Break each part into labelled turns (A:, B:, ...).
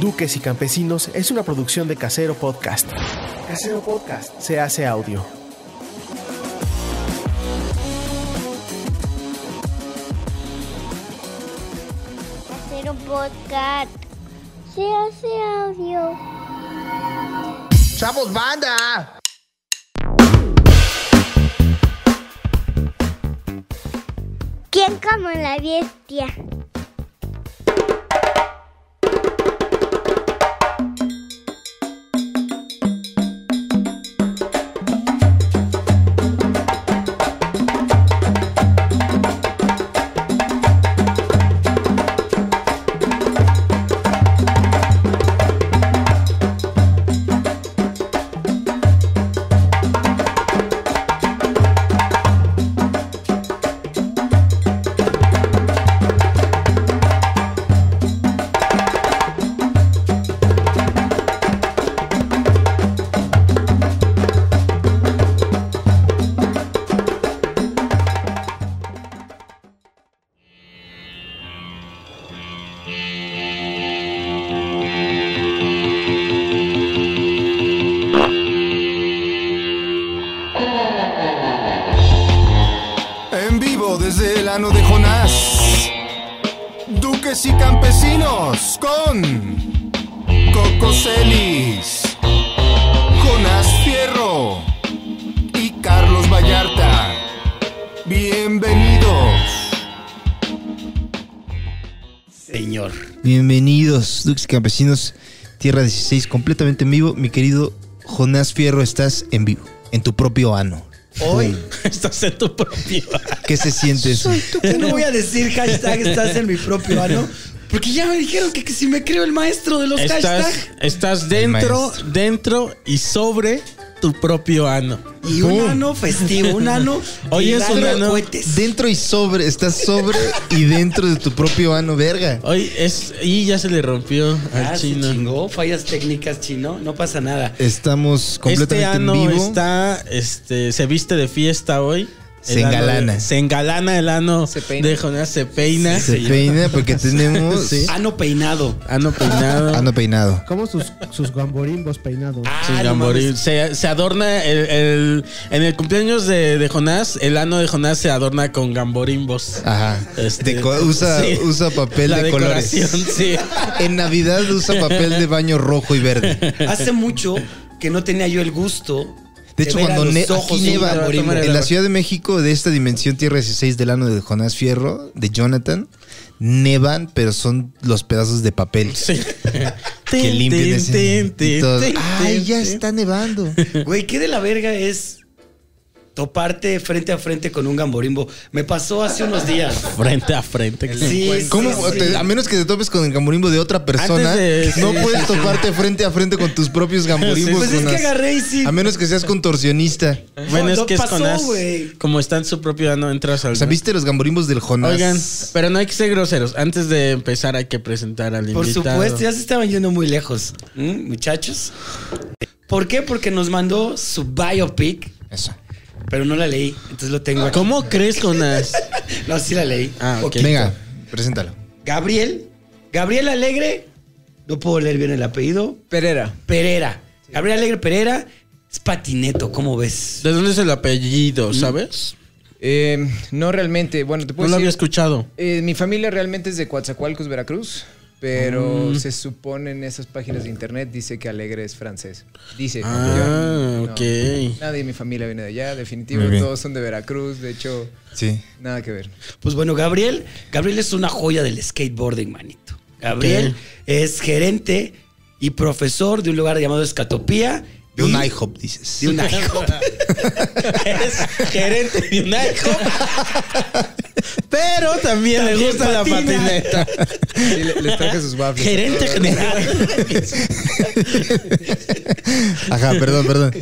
A: Duques y Campesinos es una producción de Casero Podcast. Casero Podcast se hace audio.
B: Casero Podcast se hace audio.
C: ¡Chavos, banda!
B: ¿Quién como la bestia?
D: En vivo desde el ano de Jonás. Duques y campesinos con Coco Celis, Jonás Fierro y Carlos Vallarta. Bienvenidos.
E: Señor.
F: Bienvenidos, Dux Campesinos, Tierra 16, completamente en vivo. Mi querido Jonás Fierro, estás en vivo, en tu propio ano.
E: Hoy estás en tu propio.
F: ¿Qué se siente eso?
E: Yo no voy a decir hashtag estás en mi propio ano. Porque ya me dijeron que, que si me creo el maestro de los
G: Estás,
E: hashtags.
G: estás dentro,
F: maestro.
G: dentro y sobre tu propio ano.
E: Y un ano festivo, un ano.
G: Hoy
E: que
G: es un
E: ladra
G: ano-
E: cohetes.
F: Dentro y sobre, estás sobre y dentro de tu propio ano, verga.
G: Hoy es. Y ya se le rompió al
E: Ah, se
G: chino.
E: chingó, fallas técnicas chino, no pasa nada.
F: Estamos
G: Este
F: completamente
G: ano
F: en vivo.
G: está. Este. Se viste de fiesta hoy.
F: Se
G: El ano
F: engalana.
G: de- se engalana el ano de Jonás. Se peina.
F: Se peina porque tenemos
G: Sí.
E: Ano peinado.
G: Ano peinado.
F: ano peinado.
C: Como sus, sus gamborimbos peinados.
E: Ah,
G: Sin
E: no
G: amor.
E: mames.
G: se, se adorna el, el- en el cumpleaños de, de Jonás, el ano de Jonás se adorna con gamborimbos.
F: Ajá.
G: Este,
F: De co- usa,
G: sí.
F: usa papel
G: La
F: de colores.
G: decoración, sí.
F: En Navidad usa papel de baño rojo y verde.
E: Hace mucho que no tenía yo el gusto.
F: De hecho,
E: ver a
F: cuando
E: los
F: ne-
E: ojos
F: aquí
E: de un
F: neva,
E: tamborimbo.
G: tomar el
F: en la
G: agua.
F: Ciudad de México, de esta dimensión Tierra 16 del ano de Jonás Fierro, de Jonathan, nevan, pero son los pedazos de papel
G: Sí.
F: que
G: Tin,
F: limpian
G: tin,
F: ese.
G: tin,
F: y
G: tin,
F: todo.
G: tin,
F: ¡Ay,
G: tin,
F: ya
G: tin.
F: está nevando!
E: Güey, ¿qué de la verga es toparte frente a frente con un gamborimbo? Me pasó hace unos días.
G: Frente a frente.
E: Sí, sí,
F: ¿Cómo?
E: sí.
F: Te- a menos que te topes con el gamburimbo de otra persona,
G: de-
F: no
G: sí,
F: puedes toparte frente a frente con tus propios gamburimbos.
E: Pues es que
F: Jonás.
E: agarré y sí.
F: a menos que seas contorsionista.
G: Bueno,
E: No,
G: es
E: no
G: que es
E: pasó,
G: Jonás.
E: güey.
G: Como está en su propio ano, entras al.
F: O sea, ¿viste los gamburimbos del Jonás?
G: Oigan, pero no hay que ser groseros. Antes de empezar, hay que presentar al
E: Por
G: invitado.
E: supuesto, ya se estaban yendo muy lejos, ¿Mm, muchachos. ¿Por qué? Porque nos mandó su biopic,
F: Eso.
E: pero no la leí, entonces lo tengo aquí.
G: ¿Cómo crees, Jonás?
E: No, sí la leí.
G: Ah, ok.
E: Poquito.
F: Venga, preséntalo.
E: Gabriel, Gabriel Alegre, no puedo leer bien el apellido.
G: Pereira.
E: Pereira. Gabriel Alegre Pereira es patineto, ¿cómo ves?
G: ¿De dónde es el apellido,
E: Mm,
G: sabes?
H: Eh, no realmente. Bueno, te
G: No
E: pues
H: puedo
G: lo había
H: decir.
G: escuchado.
H: eh, mi familia realmente es de Coatzacoalcos, Veracruz. Pero
F: Mm.
H: se supone en esas páginas de internet dice que Alegre es francés. Dice.
G: Ah,
H: no.
G: ok.
H: Nadie de mi familia viene de allá, definitivo.
F: Muy bien.
H: Todos son de Veracruz. De hecho,
F: Sí.
H: nada que ver.
E: Pues bueno, Gabriel, Gabriel es una joya del skateboarding, manito. Gabriel
G: Ok.
E: es gerente y profesor de un lugar llamado Escatopía.
F: De un
E: y-
F: IHOP, dices.
E: De un IHOP.
G: es gerente de un Pero también le
E: También
G: gusta
E: patina.
G: la patineta.
H: Sí, le- les traje sus waffles.
G: Gerente general.
F: Ajá, perdón, perdón.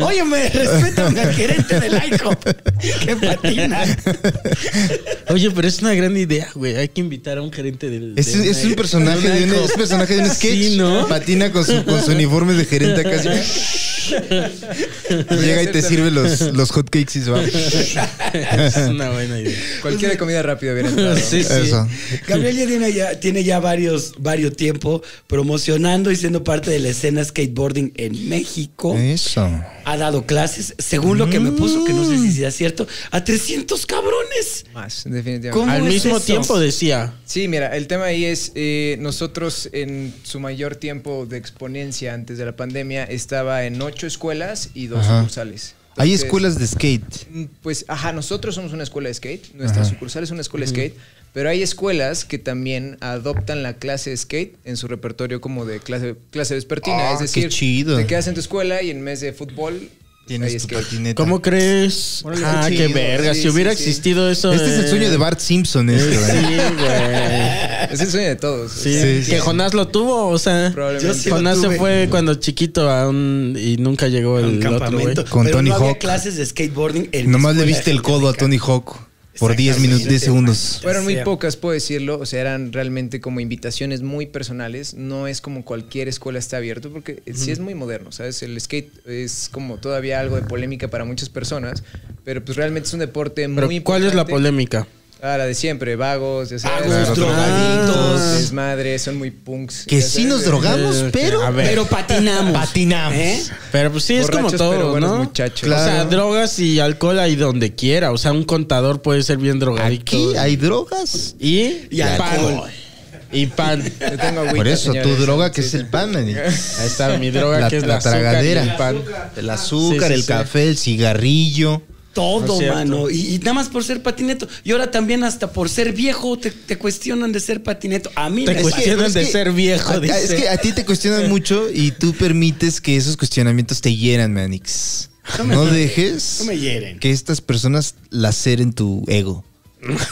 E: Oye, me respetan al gerente del IHOP. Qué patina.
G: Oye, pero es una gran idea, güey. Hay que invitar a un gerente del.
F: Es,
G: del-
F: es un personaje de un, es personaje de un sketch.
G: Sí, ¿no?
F: Patina con su, con su uniforme de gerente acá. así. Llega y te sirve los, los hotcakes y se va.
G: Es una buena idea.
H: Cualquier comida rápida hubiera entrado.
G: Sí, sí.
F: Eso.
E: Gabriel ya tiene ya, tiene ya varios, varios tiempo promocionando y siendo parte de la escena skateboarding en
G: Oh.
E: México.
F: Eso.
E: Ha dado clases, según lo que me puso, que no sé si sea cierto, a 300 cabrones.
H: Más, definitivamente.
E: ¿Cómo
G: Al
E: es
G: mismo
E: eso?
G: tiempo decía.
H: Sí, mira, el tema ahí es, eh, nosotros en su mayor tiempo de exponencia antes de la pandemia estaba en ocho escuelas y dos
F: Ajá.
H: sucursales.
F: Hay
H: Entonces,
F: escuelas de skate.
H: mm, Pues, ajá, nosotros somos una escuela de skate, nuestra sucursal es una escuela de skate, pero hay escuelas que también adoptan la clase de skate en su repertorio como de clase, clase vespertina.
F: Ah,
H: es
F: qué
H: decir,
F: chido.
H: te quedas en tu escuela y en mes de fútbol
F: Tienes
H: hay
F: tu
H: skate.
F: patineta.
G: ¿Cómo crees?
F: Órale,
G: ah,
F: qué
G: qué
F: chido.
G: verga.
H: Sí,
G: si hubiera
H: sí, sí.
G: existido eso.
F: Este es el sueño de Bart Simpson, este, ¿verdad?
G: Sí, güey.
H: Es el sueño de todos.
G: Sí,
F: Sí, sí.
G: que Jonás lo tuvo, o sea.
H: Probablemente.
E: Yo sí lo
G: Jonás se
E: tuve.
G: fue cuando chiquito a un. y nunca llegó
E: Un
G: el otro, güey.
E: campamento.
F: Con
E: Pero
F: Tony
E: no había
F: Hawk.
E: clases de skateboarding. en
F: Nomás le
E: escuela.
F: viste el codo a Tony Hawk por 10 minutos, 10 segundos.
H: Fueron muy
E: sea.
H: pocas, puedo decirlo. O sea, eran realmente como invitaciones muy personales. No es como cualquier escuela está abierto, porque eh, sí es muy moderno, ¿sabes? El skate es como todavía algo de polémica para muchas personas, pero pues realmente es un deporte
G: Pero
H: muy
G: ¿cuál es la
H: importante.
G: polémica?
H: Ah, la de siempre, vagos, ya sabes,
E: Vagos,
H: otro-
E: drogaditos.
H: Ah. desmadres, son muy punks.
F: Que
H: ya
F: sí
H: sabes,
F: nos
H: eh,
F: drogamos,
G: eh,
F: pero...
G: a ver.
E: Pero patinamos.
F: Patinamos.
E: ¿Eh?
G: Pero pues sí, es como
H: borrachos,
G: todo,
H: pero buenos
G: ¿no?
H: muchachos.
G: O sea,
F: Claro.
G: drogas y alcohol hay donde quiera. O sea, un contador puede ser bien drogadicto.
F: Aquí hay drogas.
G: Y,
E: Y alcohol.
G: pan. Y pan.
H: Yo tengo agüita,
F: Por eso, tu
H: señores.
F: droga que
H: Sí,
F: es el pan, man.
G: Ahí está mi droga,
F: La,
G: que es
F: la
G: la, azúcar y
F: tragadera.
G: el pan.
F: El azúcar,
G: Sí, sí,
F: el
G: sí.
F: café, el cigarrillo.
G: No es
E: Todo,
G: cierto.
E: mano. Y, y nada más por ser patineto. Y ahora también hasta por ser viejo te, te cuestionan de ser patineto. A mí
G: Te
E: me
G: cuestionan
E: pasa.
G: de ser viejo,
F: a- a-
G: dice.
F: Es que a ti te cuestionan mucho y tú permites que esos cuestionamientos te hieran, Manix. No dejes
E: No me hieren.
F: que estas personas laceren tu ego.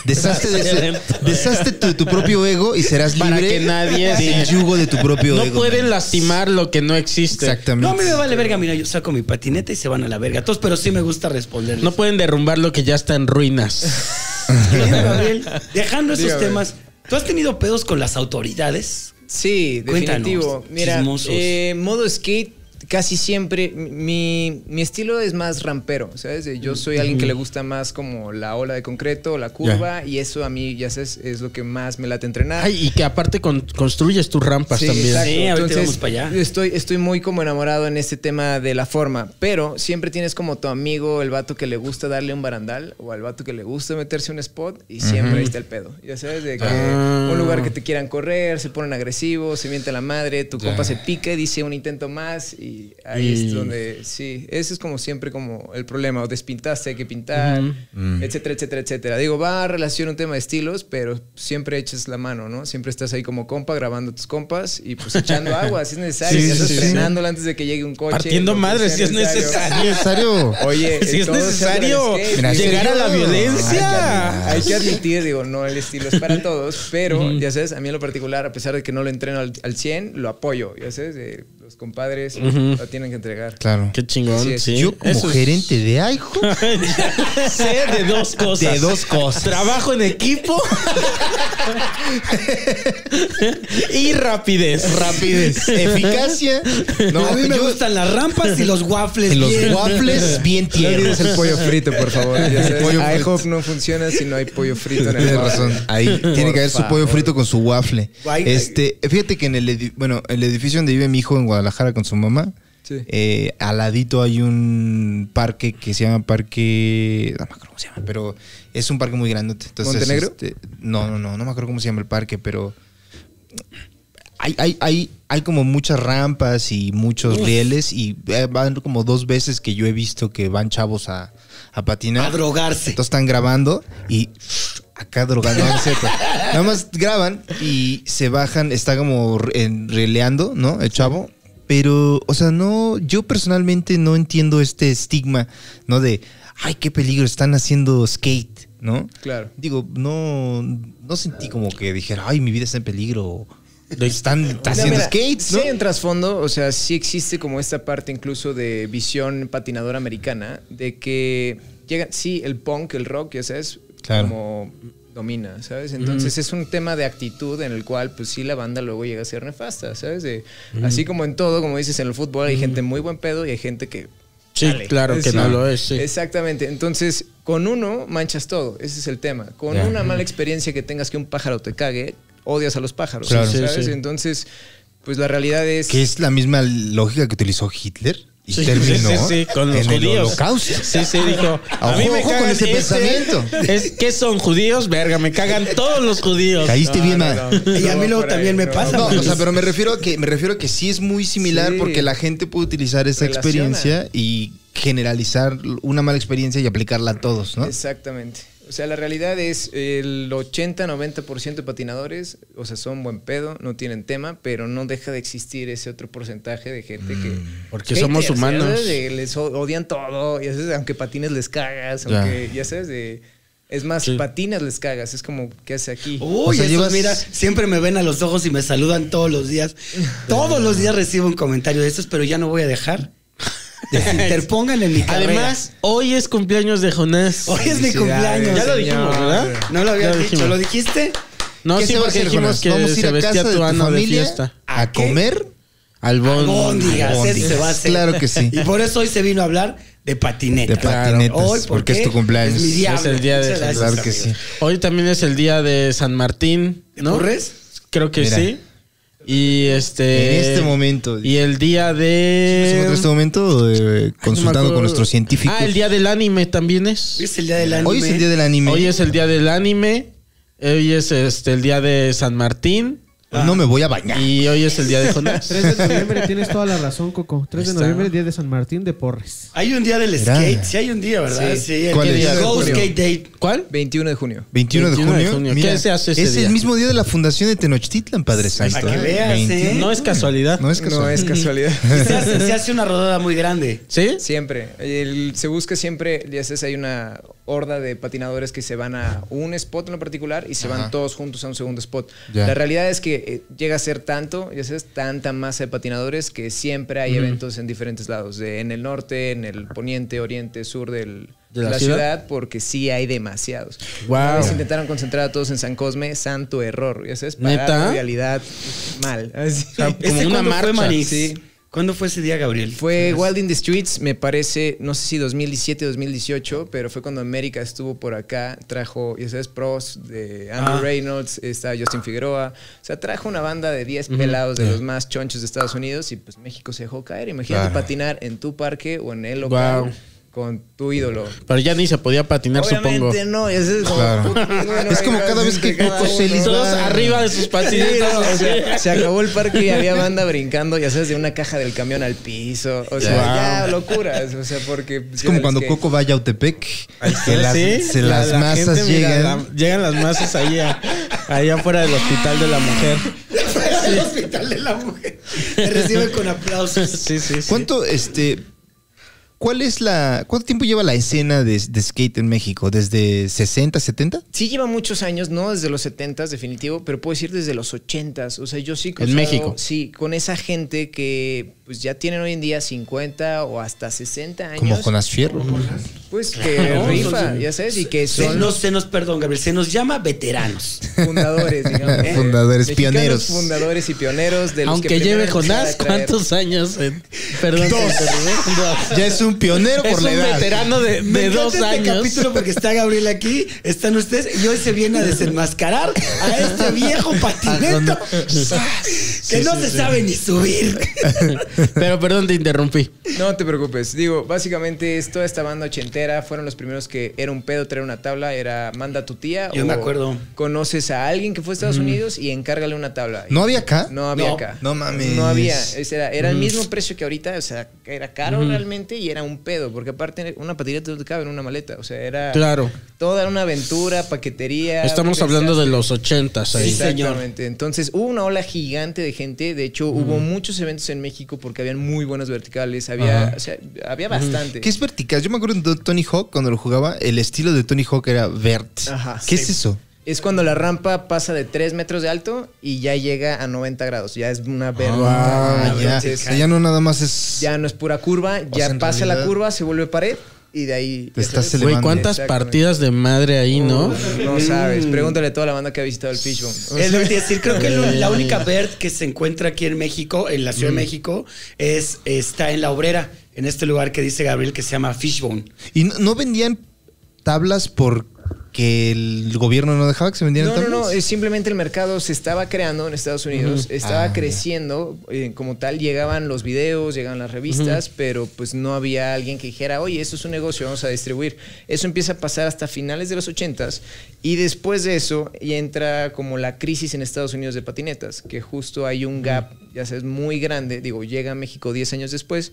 F: Deshazte, de ese- deshazte tu, tu propio ego y serás libre
G: Para que nadie
F: del
G: se-
F: yugo de tu propio
G: No
F: ego.
G: pueden
F: Manix.
G: lastimar lo que no existe.
F: Exactamente.
E: No, a mí me vale verga. Mira, yo saco mi patineta y se van a la verga. Todos, pero sí me gusta responderles.
G: No pues, pueden derrumbar lo que ya está en ruinas.
E: Oye, Gabriel, dejando esos
H: Dígame.
E: temas, ¿tú has tenido pedos con las autoridades?
H: Sí,
E: Cuéntanos,
H: definitivo. Mira,
E: chismosos.
H: eh, modo skate casi siempre mi, mi estilo es más rampero, ¿sabes? Eh, Yo soy alguien que le gusta más como la ola de concreto, la curva y eso a mí ya sabes es lo que más me late entrenar.
G: Ay, y que aparte con- construyes tus rampas
H: Sí,
G: también.
H: exacto.
E: Sí, ahorita vamos para allá.
H: Estoy, estoy muy como enamorado en este tema de la forma, pero siempre tienes como tu amigo, el vato que le gusta darle un barandal o al vato que le gusta meterse un spot y siempre ahí está el pedo. Ya sabes, de que
G: Ah.
H: un lugar que te quieran correr, se ponen agresivos, se miente la madre, tu compa se pica y dice un intento más y ahí
G: Y-
H: es donde, Eh, sí, ese es como siempre como el problema, o despintaste, hay que pintar,
G: Mm.
H: etcétera, etcétera, etcétera. Digo, va a relación un tema de estilos, pero siempre echas la mano, ¿no? Siempre estás ahí como compa, grabando tus compas y pues echando agua si es necesario,
F: Sí,
H: ya estás
F: sí, sí.
H: frenándola antes de que llegue un coche.
G: Partiendo
H: lo que
G: madre
H: sea
G: si es necesario.
F: necesario.
H: Oye,
G: Si es
H: todo se hace
G: necesario
H: en el skate,
F: Mira,
H: digo,
G: llegar a la
F: serio.
G: violencia.
H: hay que admitir, digo, no, el estilo es para todos, pero ya sabes, a mí en lo particular, a pesar de que no lo entreno al, al 100, lo apoyo, ya sabes, eh, los compadres lo tienen que entregar.
F: Claro.
G: Qué chingón.
H: Así es.
G: sí.
F: Yo como
G: Eso es-
F: gerente de AIHO
G: sé de dos cosas.
F: De dos cosas.
G: Trabajo en equipo. y rapidez.
F: rapidez, eficacia. No,
E: a mí me
F: yo-
E: gustan las rampas y los waffles.
F: los
E: bien.
F: waffles bien
H: No olvides
F: tiernos.
H: el pollo frito, por favor. Ya sabes,
F: Pollo
H: IHOP no funciona si no hay pollo frito en el
F: Tienes
H: bar.
F: razón. Ahí tiene que haber su pollo
H: favor.
F: frito con su waffle.
E: Guay.
F: Este, fíjate que en el, edi- bueno, el edificio donde vive mi hijo en Guadalajara con su mamá,
H: Sí.
F: eh, al ladito hay un parque que se llama Parque. No me acuerdo cómo se llama, pero es un parque muy grandote. Entonces,
H: ¿Montenegro?
F: este, no, no, no, no me acuerdo cómo se llama el parque, pero. Hay, hay, hay, hay como muchas rampas y muchos rieles y eh, van como dos veces que yo he visto que van chavos a, a patinar.
E: A drogarse.
F: Entonces están grabando y acá drogando. No, no es cierto. Nada más graban y se bajan, está como re- en- releando, ¿no? El chavo. Pero, o sea, no, yo personalmente no entiendo este estigma, ¿no? De, ay, qué peligro, están haciendo skate, ¿no?
H: Claro.
F: Digo, no, no sentí como que dijera, ay, mi vida está en peligro. o Están haciendo
H: Mira,
F: skate,
H: Sí
F: ¿no?
H: hay un trasfondo, o sea, sí existe como esta parte incluso de visión patinadora americana, de que llega, sí, el punk, el rock, ya sabes,
F: Claro.
H: como domina, ¿sabes? Entonces es un tema de actitud en el cual, pues sí, la banda luego llega a ser nefasta, ¿sabes? De-
F: Mm.
H: Así como en todo, como dices, en el fútbol hay gente muy buen pedo y hay gente que...
G: Sí,
H: chale.
G: claro que
H: Sí.
G: no lo es. Sí.
H: Exactamente. Entonces, con uno manchas todo. Ese es el tema. Con
G: Ya.
H: una mala experiencia que tengas que un pájaro te cague, odias a los pájaros,
G: Claro.
H: ¿sabes?
G: Sí, sí.
H: Entonces, pues la realidad es...
F: Que es la misma lógica que utilizó Hitler y
G: Sí,
F: terminó
G: sí, sí, sí, con los
F: en el
G: judíos.
F: holocausto.
G: Sí, sí, dijo. A mí
F: Ojo,
G: me
F: ojo
G: cagan este".
F: con ese pensamiento.
G: Es que son judíos, verga, me cagan todos los judíos.
F: Caíste bien, ma.
E: Y a mí luego también me pasa.
F: No,
E: Pues,
F: o sea, pero me refiero a que me refiero a que sí es muy similar
H: Sí.
F: porque la gente puede utilizar esa
H: Relaciona.
F: experiencia y generalizar una mala experiencia y aplicarla a todos, ¿no?
H: Exactamente. O sea, la realidad es el 80-90% de patinadores, o sea, son buen pedo, no tienen tema, pero no deja de existir ese otro porcentaje de gente que...
G: Porque somos
H: haters,
G: humanos.
H: ¿sabes? De- les o- odian todo, ya sabes, aunque patines les cagas,
F: Ya.
H: aunque, ya sabes, de... Es más,
G: Sí. Oh.
H: patinas les cagas, es como, ¿qué hace aquí?
E: Uy,
F: O sea,
E: esos,
F: llevas-
E: mira, siempre me ven a los ojos y me saludan todos los días. Todos los días recibo un comentario de estos, pero ya no voy a dejar. Desinterpongan en mi carrera.
G: Además, hoy es cumpleaños de Jonás.
E: hoy es mi cumpleaños.
G: Ya lo dijimos,
H: señor.
G: ¿verdad?
E: No lo
G: Ya
E: había
G: lo
E: dicho,
G: dijimos.
E: ¿lo dijiste?
G: No,
F: ¿Qué
G: sí,
F: se va a
G: porque
F: hacer, Jonas?
G: dijimos que
F: Vamos a ir
G: se
F: a
G: vestía
F: casa de
G: tu
F: tu
G: ano de
F: familia
G: fiesta.
F: a,
E: ¿A qué?
F: comer
G: Albón.
E: Albóndigas,
F: Albóndigas.
E: eso se va a hacer.
F: Claro que sí.
E: Y por eso hoy se vino a hablar de
F: de
E: patinetas.
F: patinetas
E: Hoy, ¿por
F: porque
E: qué?
F: es tu cumpleaños.
E: Es mi día.
G: Es el día de
E: Muchas gracias,
F: Claro que
E: amigo.
F: sí.
G: Hoy también es el día de San Martín, ¿no?
E: ¿Corres?
G: Creo que
F: Mira.
G: sí. Y este.
F: En este momento.
G: Y el día
F: ¿Se
G: de.
F: encuentra en este momento eh,
G: No me
F: consultando
G: acuerdo.
F: con nuestros científicos.
G: Ah, el día del anime también es.
E: Es el día del anime.
F: Hoy es el día del anime.
G: Hoy es el día del anime. Hoy es este el día de San Martín.
F: No me voy a bañar.
G: Y hoy es el día de Jonás.
C: 3 de noviembre, tienes toda la razón, Coco. 3 de
G: Está.
C: noviembre, día de San Martín de Porres.
E: Hay un día del
F: Mira.
E: skate. Sí, hay un día, ¿verdad?
H: Sí.
E: Sí, el
F: ¿Cuál
E: que
F: es?
E: dice
F: Día de
E: Go
H: junio.
E: Skate Date.
G: ¿Cuál?
H: 21 de junio.
F: 21 de
G: 21 de
F: junio.
G: junio.
F: mira,
G: ¿Qué se hace ese
F: es
G: día?
F: el mismo día de la fundación de Tenochtitlan, Padre Santo.
E: para que veas, ¿eh?
F: 21.
G: No es casualidad.
F: No es casual.
H: No es casualidad.
E: Y Se hace, se hace una rodada muy grande.
G: ¿Sí?
H: Siempre. El- se busca siempre, ya sabes, hay una horda de patinadores que se van a un spot en lo particular y se van todos juntos a un segundo spot.
F: Ya.
H: La realidad es que eh, llega a ser tanto, ya sabes, tanta masa de patinadores que siempre hay eventos en diferentes lados, de- en el norte, en el poniente, oriente, sur del-
G: ¿De
H: de
G: la
H: la,
G: ciudad?
H: ciudad? porque sí hay demasiados.
G: Guau.
H: Una vez intentaron concentrar a todos en San Cosme, santo error, ya sabes, parar
G: ¿Neta?
H: la realidad mal. Así.
G: Como una
E: cuándo
G: marcha,
E: Fue, Manix?
H: sí.
E: ¿Cuándo fue ese día, Gabriel?
H: Fue Wild in the Streets, me parece, no sé si 2017, 2018, pero fue cuando América estuvo por acá, trajo, ya sabes, pros de Andrew
E: Ah.
H: Reynolds, está Justin Figueroa, o sea, trajo una banda de 10 pelados de los más chonchos de Estados Unidos y pues México se dejó caer. Imagínate patinar en tu parque o en el local
G: Guau.
H: con tu ídolo.
G: Pero ya ni se podía patinar, supongo.
H: Obviamente no, ya sabes, como-
F: Claro.
H: Bueno,
F: Es como cada vez que
H: cada
F: Coco
H: uno.
F: Celis
G: Todos
F: va-
G: arriba de sus
H: Sí,
G: patinetas.
H: no, o
G: así.
H: sea, se acabó el parque y había banda brincando, ya sabes, de una caja del camión al piso. O sea, ya locuras. O sea, porque.
F: Es como cuando Coco va a Yautepec, que las,
G: Sí,
F: se
G: la-
F: las
G: la
F: masas
G: gente, mira,
F: llegan.
G: la- llegan las masas ahí, a- ahí afuera del hospital de la mujer.
E: El hospital de la mujer. Te reciben con aplausos.
G: Sí, sí, sí.
F: ¿Cuánto, este, cuál es la, cuánto tiempo lleva la escena de, de skate en México? ¿Desde 60, 70?
H: Sí lleva muchos años, no desde los 70s definitivo, pero puedo decir desde los 80s. O sea, yo sí considero-
G: México.
H: Sí, con esa gente que pues ya tienen hoy en día 50 o hasta 60 años.
F: Como Jonas Fierro.
H: Pues que rifa, ya sabes, y que
E: Se
H: son
E: nos, se nos, perdón, Gabriel, se nos llama veteranos.
H: fundadores, digamos. ¿eh?
F: Fundadores,
H: Mexicanos
F: pioneros.
H: Fundadores y pioneros de los que
G: Aunque lleve
H: primero empezaron
G: Jonás,
H: a traer-
G: ¿cuántos años? en- perdón,
F: Dos.
G: te interrumpí. Dos.
F: Ya es un pionero
G: Es
F: por la
G: un
F: edad.
G: veterano de, de
E: Me encanta
G: dos
E: este
G: años.
E: capítulo porque está Gabriel aquí, están ustedes, y hoy se viene a desenmascarar a este viejo
H: Ah,
E: patineto Ah, que no se sabe ni subir.
G: Pero perdón, te interrumpí.
H: No te preocupes. Digo, básicamente es toda esta banda ochentera. Fueron los primeros que era un pedo traer una tabla. Era manda a tu tía.
E: Yo
H: o
E: me acuerdo.
H: Conoces a alguien que fue a Estados Unidos y encárgale una tabla.
F: ¿No había acá?
H: No había
E: No.
H: acá.
F: No mames.
H: No había. O
G: este-
H: sea, era el mismo precio que ahorita. O sea, era caro realmente y era un pedo. Porque aparte, una patineta no te cabe en una maleta. O sea, era.
G: Claro.
H: Toda una aventura, paquetería.
G: Estamos
H: organización.
G: hablando de los ochentas ahí.
E: Sí, señor.
H: Exactamente. Entonces hubo una ola gigante de gente. De hecho, hubo muchos eventos en México porque habían muy buenos verticales. Había, o sea, había bastante.
F: ¿Qué es vertical? Yo me acuerdo de Tony Hawk cuando lo jugaba, el estilo de Tony Hawk era vert.
H: Ajá,
F: ¿Qué
H: sí.
F: es eso?
H: Es cuando la rampa pasa de 3 metros de alto y ya llega a 90 grados. Ya es una verga.
F: Ah, ya.
H: Entonces,
F: O sea, ya no nada más es.
H: ya no es pura curva, ya
F: en
H: pasa la
F: realidad-
H: curva, se vuelve pared. y de ahí.
F: Te
H: ya
F: estás
H: sabes.
G: Güey,
F: elevando.
G: ¿cuántas
H: Exactamente.
G: partidas de madre ahí, no?
H: No sabes.
F: Mm.
H: Pregúntale a toda la banda que ha visitado el Fishbone.
E: Es lo que te iba a decir, creo que lo- la
H: eh.
E: única Bert que se encuentra aquí en México, en la Ciudad de
H: Mm.
E: México, es está en La Obrera, en este lugar que dice Gabriel que se llama Fishbone.
F: ¿Y no, no vendían tablas porque el gobierno no dejaba que se vendieran
H: No, no,
F: tablas?
H: no, es simplemente el mercado se estaba creando en Estados Unidos, estaba
F: Ah,
H: creciendo, eh, como tal llegaban los videos, llegaban las revistas, pero pues no había alguien que dijera, oye, eso es un negocio, vamos a distribuir. Eso empieza a pasar hasta finales de los 80s y después de eso y entra como la crisis en Estados Unidos de patinetas, que justo hay un gap, ya sabes, muy grande, digo, llega a México 10 años después,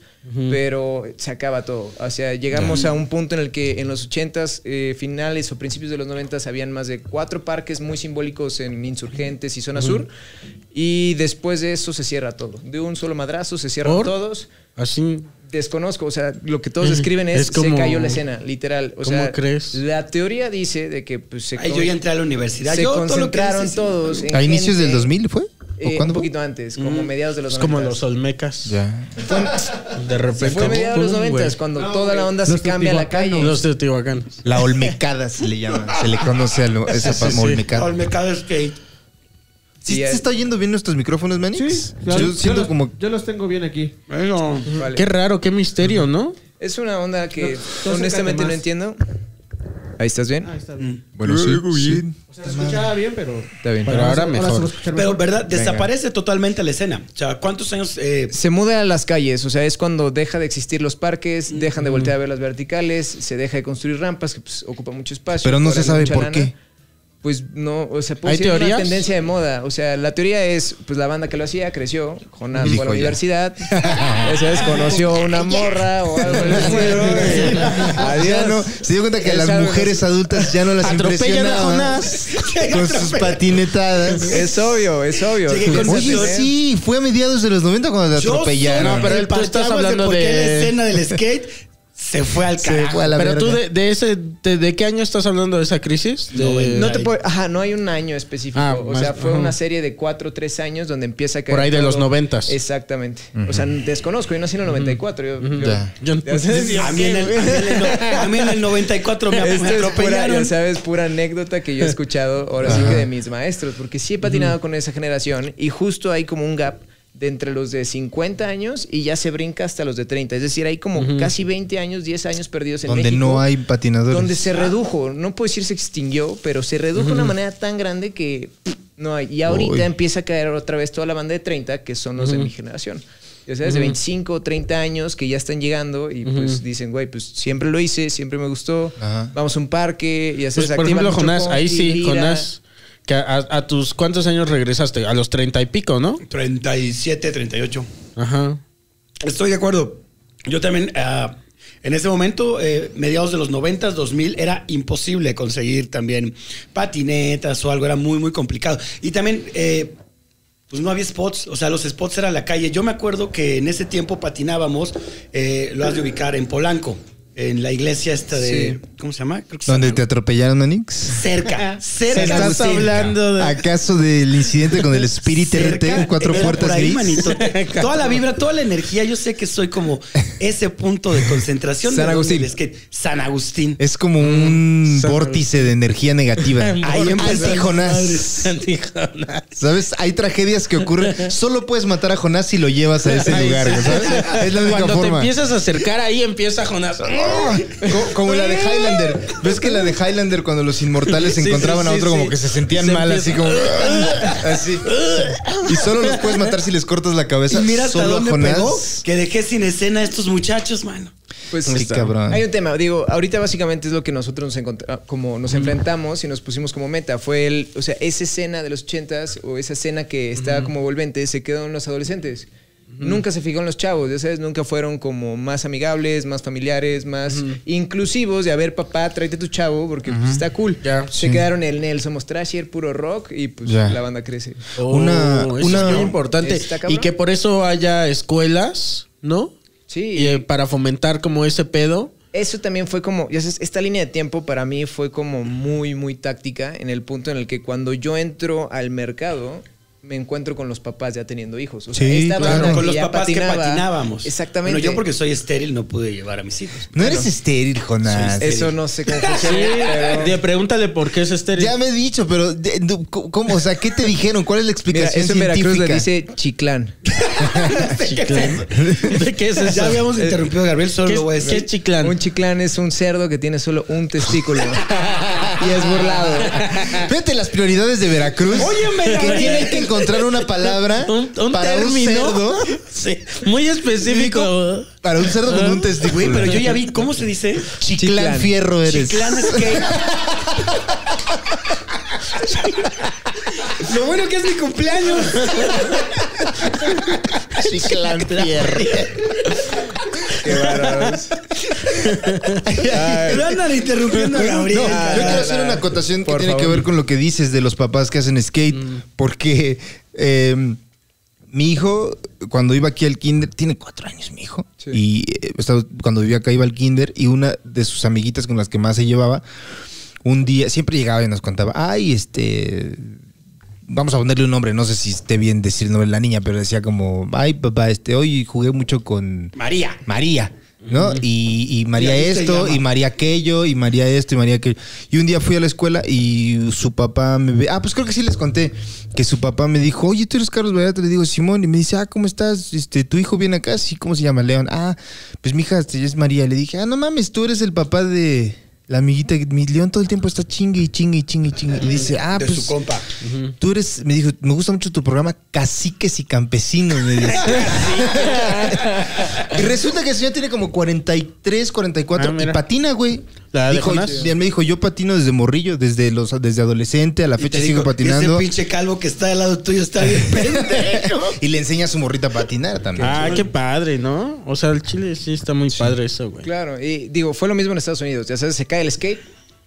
H: pero se acaba todo. O sea, llegamos a un punto en el que en los 80s, eh, finales o principios de los 90s, habían más de cuatro parques muy simbólicos en Insurgentes y Zona Sur. Y después de eso se cierra todo. De un solo madrazo se cierran
G: ¿Por?
H: todos.
G: Así.
H: Desconozco, o sea, lo que todos describen es,
G: Es como-
H: se cayó la escena, literal. O
G: ¿Cómo
H: sea,
G: crees?
H: La teoría dice de que pues, se,
E: Ahí
H: con-
E: yo ya entré a la universidad.
H: se
E: yo todo lo que
H: concentraron
E: dices,
H: todos. en
F: ¿A inicios
H: gente,
F: del 2000 fue? ¿O
H: eh, un
F: cuándo fue?
H: poquito antes, como mediados de los
G: Es como
H: 90s.
G: los olmecas.
F: Ya.
G: De repente.
H: Se fue a mediados de los
G: pum, güey.
H: 90 cuando toda la onda
C: Los
H: se cambia a la calle.
G: Los teotihuacanos.
F: La olmecada se le llama. Se le conoce a lo- esa
G: Sí, sí, sí.
F: olmecada.
E: Olmecado Skate.
F: ¿Sí
H: Y
F: se
H: es-
F: está oyendo bien nuestros micrófonos, Manix?
C: Claro,
F: Yo siento
C: los,
F: como...
C: yo los tengo bien aquí.
H: Vale.
G: Qué raro, qué misterio, ¿no?
H: Es una onda que
C: acércate
H: honestamente no
C: más.
H: entiendo. Ahí estás bien.
C: Ah, está bien.
F: Bueno, sí, sí.
C: O sea, se escuchaba bien, pero.
H: Está bien.
G: Pero ahora
C: se va a
G: mejor.
C: escuchar
E: Pero,
C: mejor.
E: ¿verdad? Desaparece totalmente la escena. O sea, ¿cuántos años? eh,
H: Se muda a las calles, o sea, es cuando deja de existir los parques, dejan de voltear a ver las verticales, se deja de construir rampas que pues, ocupa mucho espacio.
F: Pero no
H: cobran
F: se sabe
H: mucha
F: por
H: lana.
F: qué.
H: Pues no, o sea, puede
G: ¿Hay
H: ser una
G: teorías?
H: tendencia de moda. O sea, la teoría es, pues la banda que lo hacía creció, Jonás
F: Dijo
H: fue a la
F: ya.
H: universidad, eso es, conoció a una morra o algo. por el estilo, y-
F: Ya no, se dio cuenta que a
H: Es
F: las
H: algo-
F: mujeres adultas ya no las
G: Atropellan a
F: impresionaban
G: Jonás.
F: con sus patinetadas.
H: Es obvio, es obvio.
E: Llegué con
F: Oye,
E: Concepto, ¿eh?
F: sí, fue a mediados de los 90 cuando te
E: yo
F: atropellaron.
E: soy
G: No, pero él- tú
E: parteaguas
G: estás hablando
E: por qué
G: de-
E: la escena del skate se fue al
F: Se
E: carajo.
F: fue a la
G: Pero tú,
F: verga.
G: de, de ese, de, de qué año estás hablando de esa crisis? De-
H: No te puedo, ajá, no hay un año específico.
G: Ah,
H: o
G: más-
H: sea, fue
G: ajá.
H: una serie de cuatro o tres años donde empieza a caer
G: Por ahí de
H: todo.
G: los noventas.
H: Exactamente. O sea, desconozco, yo nací en el 94. Yo, yo-
F: Ya.
G: Yo-
H: Ya sé,
E: A mí, en el, a mí en el no- a mí en el 94 me, me
H: Esto Este es pura,
E: atropellaron.
H: ya sabes, pura anécdota que yo he escuchado ahora sí que de mis maestros, porque sí he patinado con esa generación y justo hay como un gap de entre los de 50 años y ya se brinca hasta los de 30. Es decir, hay como casi 20 años, 10 años perdidos en
F: donde
H: México.
F: no hay patinadores.
H: Donde se
G: Ah.
H: redujo, no puedo decir se extinguió, pero se redujo de una manera tan grande que pff, no hay. Y ahorita
F: Uy.
H: empieza a caer otra vez toda la banda de 30, que son los de mi generación. O sea, desde 25 o 30 años que ya están llegando y pues dicen, güey, pues siempre lo hice, siempre me gustó.
F: Ajá.
H: Vamos a un parque y haces
G: Pues, por ejemplo, Jonás, ahí sí, Jonás. que a, a tus cuántos años regresaste? A los treinta y pico, ¿no?
E: 37, 38.
G: Ajá.
E: Estoy de acuerdo. Yo también, ah, en ese momento, eh, mediados de los 90, 2000, era imposible conseguir también patinetas o algo, era muy, muy complicado. Y también, eh, pues no había spots, o sea, los spots eran la calle. Yo me acuerdo que en ese tiempo patinábamos, eh, lo has de ubicar en Polanco, en la iglesia esta de,
H: Sí.
E: ¿cómo se llama? Creo que se
F: ¿Donde
E: llama-
F: te atropellaron, Manix?
E: Cerca, cerca.
F: ¿Estás
E: cerca.
F: hablando de... ¿Acaso del incidente con el Spirit RT
E: Cerca,
F: en cuatro
E: era
F: puertas
E: por ahí,
F: gris?
E: manito. toda la vibra, toda la energía. Yo sé que soy como ese punto de concentración. de
F: San
E: donde
F: Agustín.
E: el skate- San Agustín.
F: Es como un vórtice de energía negativa.
E: Ahí empezó.
F: Anti Jonás.
G: Jonás.
F: ¿Sabes? Hay tragedias que ocurren. Solo puedes matar a Jonás si lo llevas a ese
G: Ay,
F: lugar,
G: sí.
F: ¿sabes? Es la única
G: Cuando
F: forma.
G: te empiezas a acercar ahí empieza Jonás.
F: Co- Como la de Highlander. ¿Ves que la de Highlander cuando los inmortales
G: Sí, sí,
F: encontraban a
G: sí,
F: otro
G: sí.
F: como que se sentían
G: Se
F: mal, así como...
G: empieza-
F: Así. Y solo los puedes matar si les cortas la
E: Y
F: cabeza.
E: mira hasta
F: solo a
E: dónde
F: Jonás.
E: pegó que dejé sin escena a estos muchachos, mano.
H: Pues,
F: Qué cabrón.
H: Hay un tema, digo, ahorita básicamente es lo que nosotros nos encontra- como
F: Mm.
H: nos enfrentamos y nos pusimos como meta. Fue el, o sea, esa escena de los ochentas o esa escena que estaba como volvente se quedó en los adolescentes. Nunca se fijó en los chavos, ya sabes, nunca fueron como más amigables, más familiares, más inclusivos de a ver papá, tráete tu chavo porque pues, está cool.
G: Ya,
H: se
F: sí.
H: quedaron en el somos trasher, puro rock y pues
F: Ya. Oh.
H: la banda crece.
F: Una-
G: Oh, eso
F: una-
G: es muy importante.
H: Está cabrón.
G: Y que por eso haya escuelas, ¿no?
H: Sí.
G: Y, eh, para fomentar como ese pedo.
H: eso también fue como, ya sabes, esta línea de tiempo para mí fue como muy, muy táctica en el punto en el que cuando yo entro al mercado, me encuentro con los papás ya teniendo hijos. O
F: Sí,
H: sea, esta
F: claro.
H: banda
E: Con
H: que
E: los
H: ya
E: papás que
H: patinaba-
E: patinábamos.
H: Exactamente.
E: Bueno, yo porque soy estéril no pude llevar a mis hijos.
F: No eres estéril, Jonás.
E: Soy
H: Eso no sé cómo
G: Sí,
H: funciona, pero-
G: de- pregúntale por qué es estéril.
F: Ya me he dicho, pero de- de- ¿cómo? O sea, ¿qué te dijeron? ¿Cuál es la
H: Mira,
F: explicación
H: eso en Veracruz le
F: científica?
H: dice chiclán.
G: Chiclán. ¿De qué es eso? Eh,
E: Ya habíamos interrumpido a Gabriel, solo
G: ¿Qué
E: lo voy a
G: es, qué es
E: decir.
G: chiclán?
H: Un chiclán es un cerdo que tiene solo un testículo. y es burlado.
F: Fíjate las prioridades de Veracruz.
G: Óyeme, la
F: que
G: verdad.
F: tienen que encontrar una palabra
G: Un- un
F: para
G: término.
F: un cerdo,
G: Sí, muy específico.
F: para un cerdo con un testículo.
E: Güey, pero yo ya vi, ¿cómo se dice?
F: chiclán,
H: Chiclán.
F: fierro eres.
E: Chiclán es que. Lo bueno que es mi cumpleaños.
F: Chiclán fierro.
E: Pero andan interrumpiendo a Gabriel.
F: No,
E: cara.
F: yo quiero hacer una acotación que tiene que ver con lo que dices de los papás que hacen skate, porque eh, mi hijo, cuando iba aquí al kinder, tiene cuatro años mi hijo, y eh, estaba- cuando vivía acá iba al kinder, y una de sus amiguitas con las que más se llevaba, un día, siempre llegaba y nos contaba, ay, este... Vamos a ponerle un nombre, no sé si esté bien decir el nombre de la niña, pero decía como, ay papá, este, hoy jugué mucho con
E: María.
F: María, ¿no? Y, y María
E: Y así se
F: esto,
E: llama.
F: y María aquello, y María esto, y María aquello. Y un día fui a la escuela y su papá me ve. Ah, pues creo que sí les conté que su papá me dijo, oye, tú eres Carlos Vallarta. Le digo, Simón, y me dice, ah, ¿cómo estás? Este, tu hijo viene acá, sí, ¿cómo se llama? León. Ah, pues mi hija este, es María. Le dije, ah, no mames, tú eres el papá de. La amiguita, que- mi león todo el tiempo está chingue y chingue y chingue y chingue. Y dice, ah,
E: De
F: pues.
E: su compa.
F: Tú eres, me dijo, me gusta mucho tu programa Caciques y Campesinos, me dice. y resulta que el señor tiene como 43, 44
G: Ah,
F: y
G: mira.
F: patina, güey.
G: La de
F: Dijo,
G: Jonás.
F: y él me dijo, yo patino desde morrillo, desde los desde adolescente, a la
E: Y te
F: fecha sigo
E: digo,
F: patinando.
E: Ese pinche calvo que está al lado tuyo está bien pendejo.
F: Y le enseña a su morrita a patinar también.
G: Ah, qué padre, ¿no? O sea, el chile sí está muy padre eso, güey.
H: Claro, y digo, fue lo mismo en Estados Unidos. Ya sabes, se cae el skate,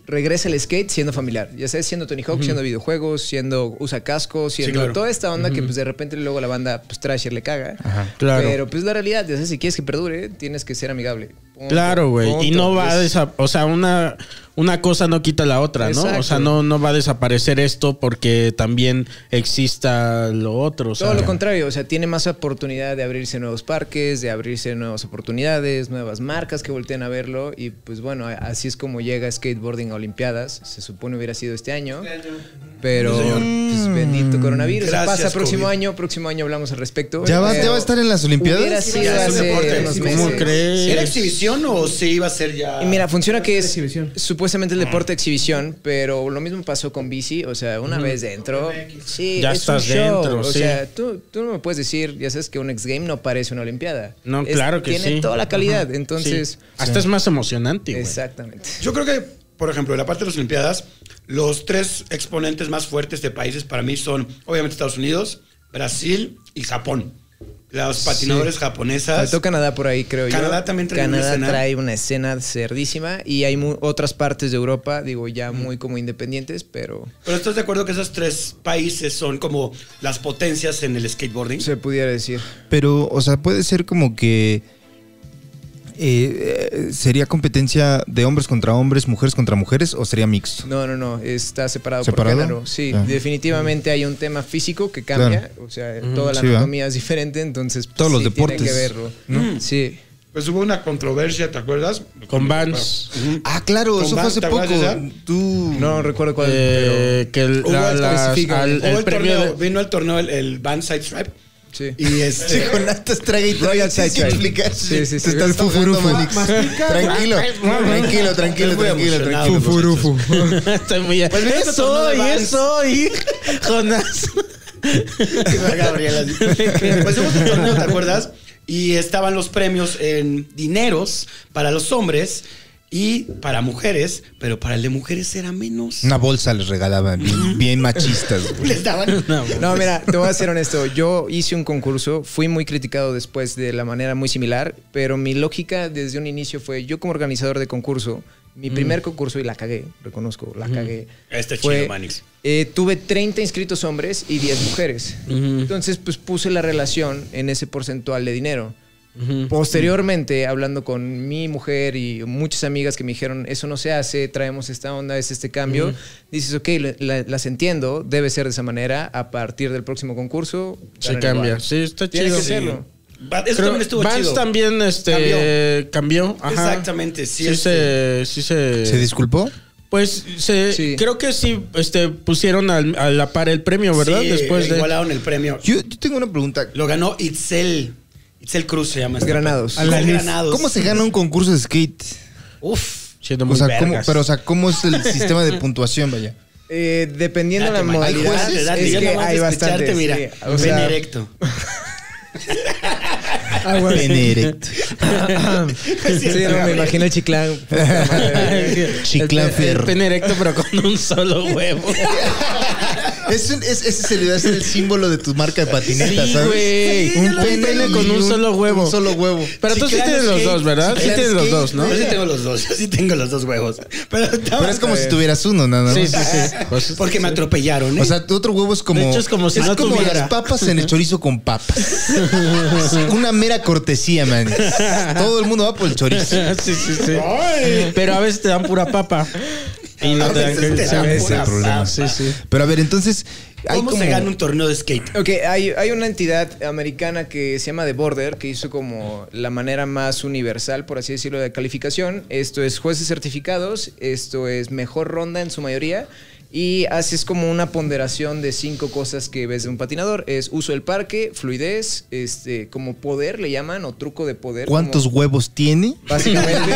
H: regresa el skate siendo familiar. Ya sabes, siendo Tony Hawk, siendo videojuegos, siendo usa casco, siendo
E: claro.
H: toda esta onda que pues de repente luego la banda pues trasher le caga.
G: Claro.
H: Pero pues la realidad, ya sabes, si quieres que perdure, tienes que ser amigable. Punto,
G: Claro, güey. Y
H: punto.
G: no va a
H: Es-
G: desa- o sea, una, una cosa no quita la otra, ¿no? O sea,
H: Exacto.
G: no, no va a desaparecer esto porque también exista lo otro. o sea.
H: Todo lo contrario, o sea, tiene más oportunidad de abrirse nuevos parques, de abrirse nuevas oportunidades, nuevas marcas que volteen a verlo. Y pues bueno, a- así es como llega skateboarding a Olimpiadas. Se supone hubiera sido este año. Pero, pues bendito coronavirus.
E: Gracias,
H: Pasa próximo
E: COVID.
H: año, próximo año hablamos al respecto.
F: Mm. ¿Ya, va,
H: Pero
F: ¿Ya va a estar en las
H: Hubiera
F: Olimpiadas?
H: sido
E: Ya, es un
H: hace
E: deporte.
H: unos
G: ¿Cómo
H: meses.
G: crees?
E: ¿Era exhibición o se iba a ser ya?
H: Y mira, funciona que es
C: exhibición.
H: supuestamente el deporte de exhibición, pero lo mismo pasó con bici, o sea, una vez dentro, sí,
G: Ya
H: es
G: estás
H: un show,
G: dentro,
H: o
G: sí.
H: sea, tú, tú no me puedes decir, ya sabes que un X Game no parece una Olimpiada.
G: No,
H: Es-
G: claro que sí.
H: Tiene toda la calidad,
G: Ajá.
H: entonces,
G: Sí. Hasta es más emocionante, güey.
H: exactamente.
E: Yo creo que, por ejemplo, en la parte de las Olimpiadas, los tres exponentes más fuertes de países para mí son, obviamente, Estados Unidos, Brasil y Japón. Los patinadores japonesas.
H: Faltó Canadá por ahí, creo yo.
E: Canadá también trae una
H: Canadá
E: escena.
H: trae una escena cerdísima y hay mu- otras partes de Europa, digo, ya muy como independientes, pero
E: Pero estás de acuerdo que esos tres países son como las potencias en el skateboarding.
H: se pudiera decir.
F: Pero, o sea, puede ser como que eh, eh, sería competencia de hombres contra hombres, mujeres contra mujeres, o sería mixto.
H: No, no, no, está separado,
F: ¿Separado?
H: por género. Sí,
F: Ah.
H: definitivamente hay un tema físico que cambia, o sea, toda la
F: Sí, ¿verdad?
H: anatomía es diferente, entonces pues,
F: Todos los
H: sí,
F: deportes,
H: tiene que verlo. Mm. Sí.
E: Pues hubo una controversia, ¿te acuerdas?
G: Con Vans.
E: Ujú.
F: Ah, claro,
E: Con
F: eso fue
E: Van,
F: hace
E: ¿te
F: poco.
E: acuerdas de esa?
F: Tú.
H: No recuerdo cuál,
G: Eh, que el,
E: Hubo
G: la-
E: el
G: las-
E: específico.
G: al-
E: Hubo
G: el
E: el
G: premio
E: torneo,
G: de-
E: vino al torneo el, el Van Side Stripe.
H: Sí.
E: Y este.
F: Jonathan traga y traga
H: Royal
F: sin
H: Side Trail.
F: explicar.
H: Sí, sí, sí.
F: Te estás
H: Está
F: fufurufo.
H: jugando
F: Alex.
E: Estoy
F: Tranquilo, tranquilo, tranquilo,
E: muy
F: tranquilo,
E: emocionado,
F: tranquilo.
E: muchachos.
G: Estoy muy-
E: Pues vino este
G: es
E: torneo de
G: hoy,
E: Vans.
G: es hoy, Jonás.
E: Gabriela. Pues hemos un torneo, ¿te acuerdas? Y estaban los premios en dineros para los hombres y para mujeres, pero para el de mujeres era menos.
F: Una bolsa les regalaban, bien, bien machistas. güey.
E: Les daban.
H: No, mira, te voy a ser honesto. Yo hice un concurso, fui muy criticado después de la manera muy similar, pero mi lógica desde un inicio fue, yo como organizador de concurso,
F: Mm.
H: mi primer concurso, y la cagué, reconozco, la cagué.
E: Este
H: fue,
E: chido, Manix.
H: eh, tuve 30 inscritos hombres y 10 mujeres. Entonces, pues puse la relación en ese porcentual de dinero. Posteriormente, hablando con mi mujer y muchas amigas que me dijeron, eso no se hace, traemos esta onda, es este cambio, dices, ok, la- la- las entiendo, debe ser de esa manera, a partir del próximo concurso.
G: Se
H: darán
G: cambia.
H: igual".
G: Sí, está
H: Tiene
G: chido.
H: que serlo.
E: Va- Eso
G: Creo-
E: también estuvo
G: Vans
E: chido.
G: también este, cambió. ajá.
E: Exactamente, sí, este.
G: Sí, se, sí se...
F: ¿Se disculpó?
G: pues se,
H: Sí.
G: creo que sí este, pusieron al- a la par el premio, ¿verdad?
E: Sí,
G: Después de...
E: igualaron el premio.
F: Yo, yo tengo una pregunta.
E: Lo ganó Itzel. Itzel Cruz se llama. esta-
H: Granados.
E: Con Granados.
F: ¿Cómo se gana un concurso de skate?
E: Uf.
G: Siendo
F: O
G: muy
F: sea, ¿cómo,
G: vergas.
F: pero, o sea, ¿cómo es el sistema de puntuación, vaya?
H: Eh, dependiendo de la
E: Date, Manuel,
H: modalidad,
E: date, date,
H: es
E: ya
H: que
E: nomás de
H: hay
E: escucharte,
H: bastantes.
E: Mira,
H: sí. O
E: ven
H: sea,
E: erecto.
F: En erecto.
H: sí, no, me imagino el chiclán. Puta madre.
F: Chiclán
G: El pe- el
F: Ferro.
G: pene erecto, pero con un solo huevo.
F: Es un- es- ese se le va a ser el símbolo de tu marca de patineta,
G: Sí,
F: ¿sabes?
G: güey.
F: Un
G: Un pene
F: pene
G: con
F: y
G: un
F: un-
G: solo huevo.
F: un solo huevo.
G: Pero tú sí
E: Chiclana
G: tienes los
E: skate,
G: dos, ¿verdad? Sí
F: chiclana
G: tienes los
F: skate,
G: dos, ¿no?
E: Yo sí tengo los dos. Yo sí tengo los dos huevos. Pero, estaba-
F: Pero es como si tuvieras uno, nada más.
G: Sí, sí, sí. Pues-
E: Porque me atropellaron, ¿eh?
F: O sea, tu otro huevo es como.
G: De hecho, es como si no tuviera.
F: las papas en el chorizo con papas. Es Una mera cortesía, man. Todo el mundo va por el chorizo.
G: sí, sí, sí. Pero a veces te dan pura papa. Y no
E: A
G: te dan
E: veces te
G: que-
E: dan
G: sí,
E: pura
G: sí,
E: papa.
G: Sí, sí.
F: Pero a ver, entonces. Hay
E: ¿Cómo
F: como...
E: se gana un torneo de skate?
H: Ok, hay, hay una entidad americana que se llama The Border, que hizo como la manera más universal, por así decirlo, de calificación. Esto es jueces certificados, esto es mejor ronda en su mayoría. Y haces como una ponderación de cinco cosas que ves de un patinador. Es uso del parque, fluidez, este, como poder le llaman, o truco de poder. como-
F: ¿Cuántos huevos tiene?
H: Básicamente,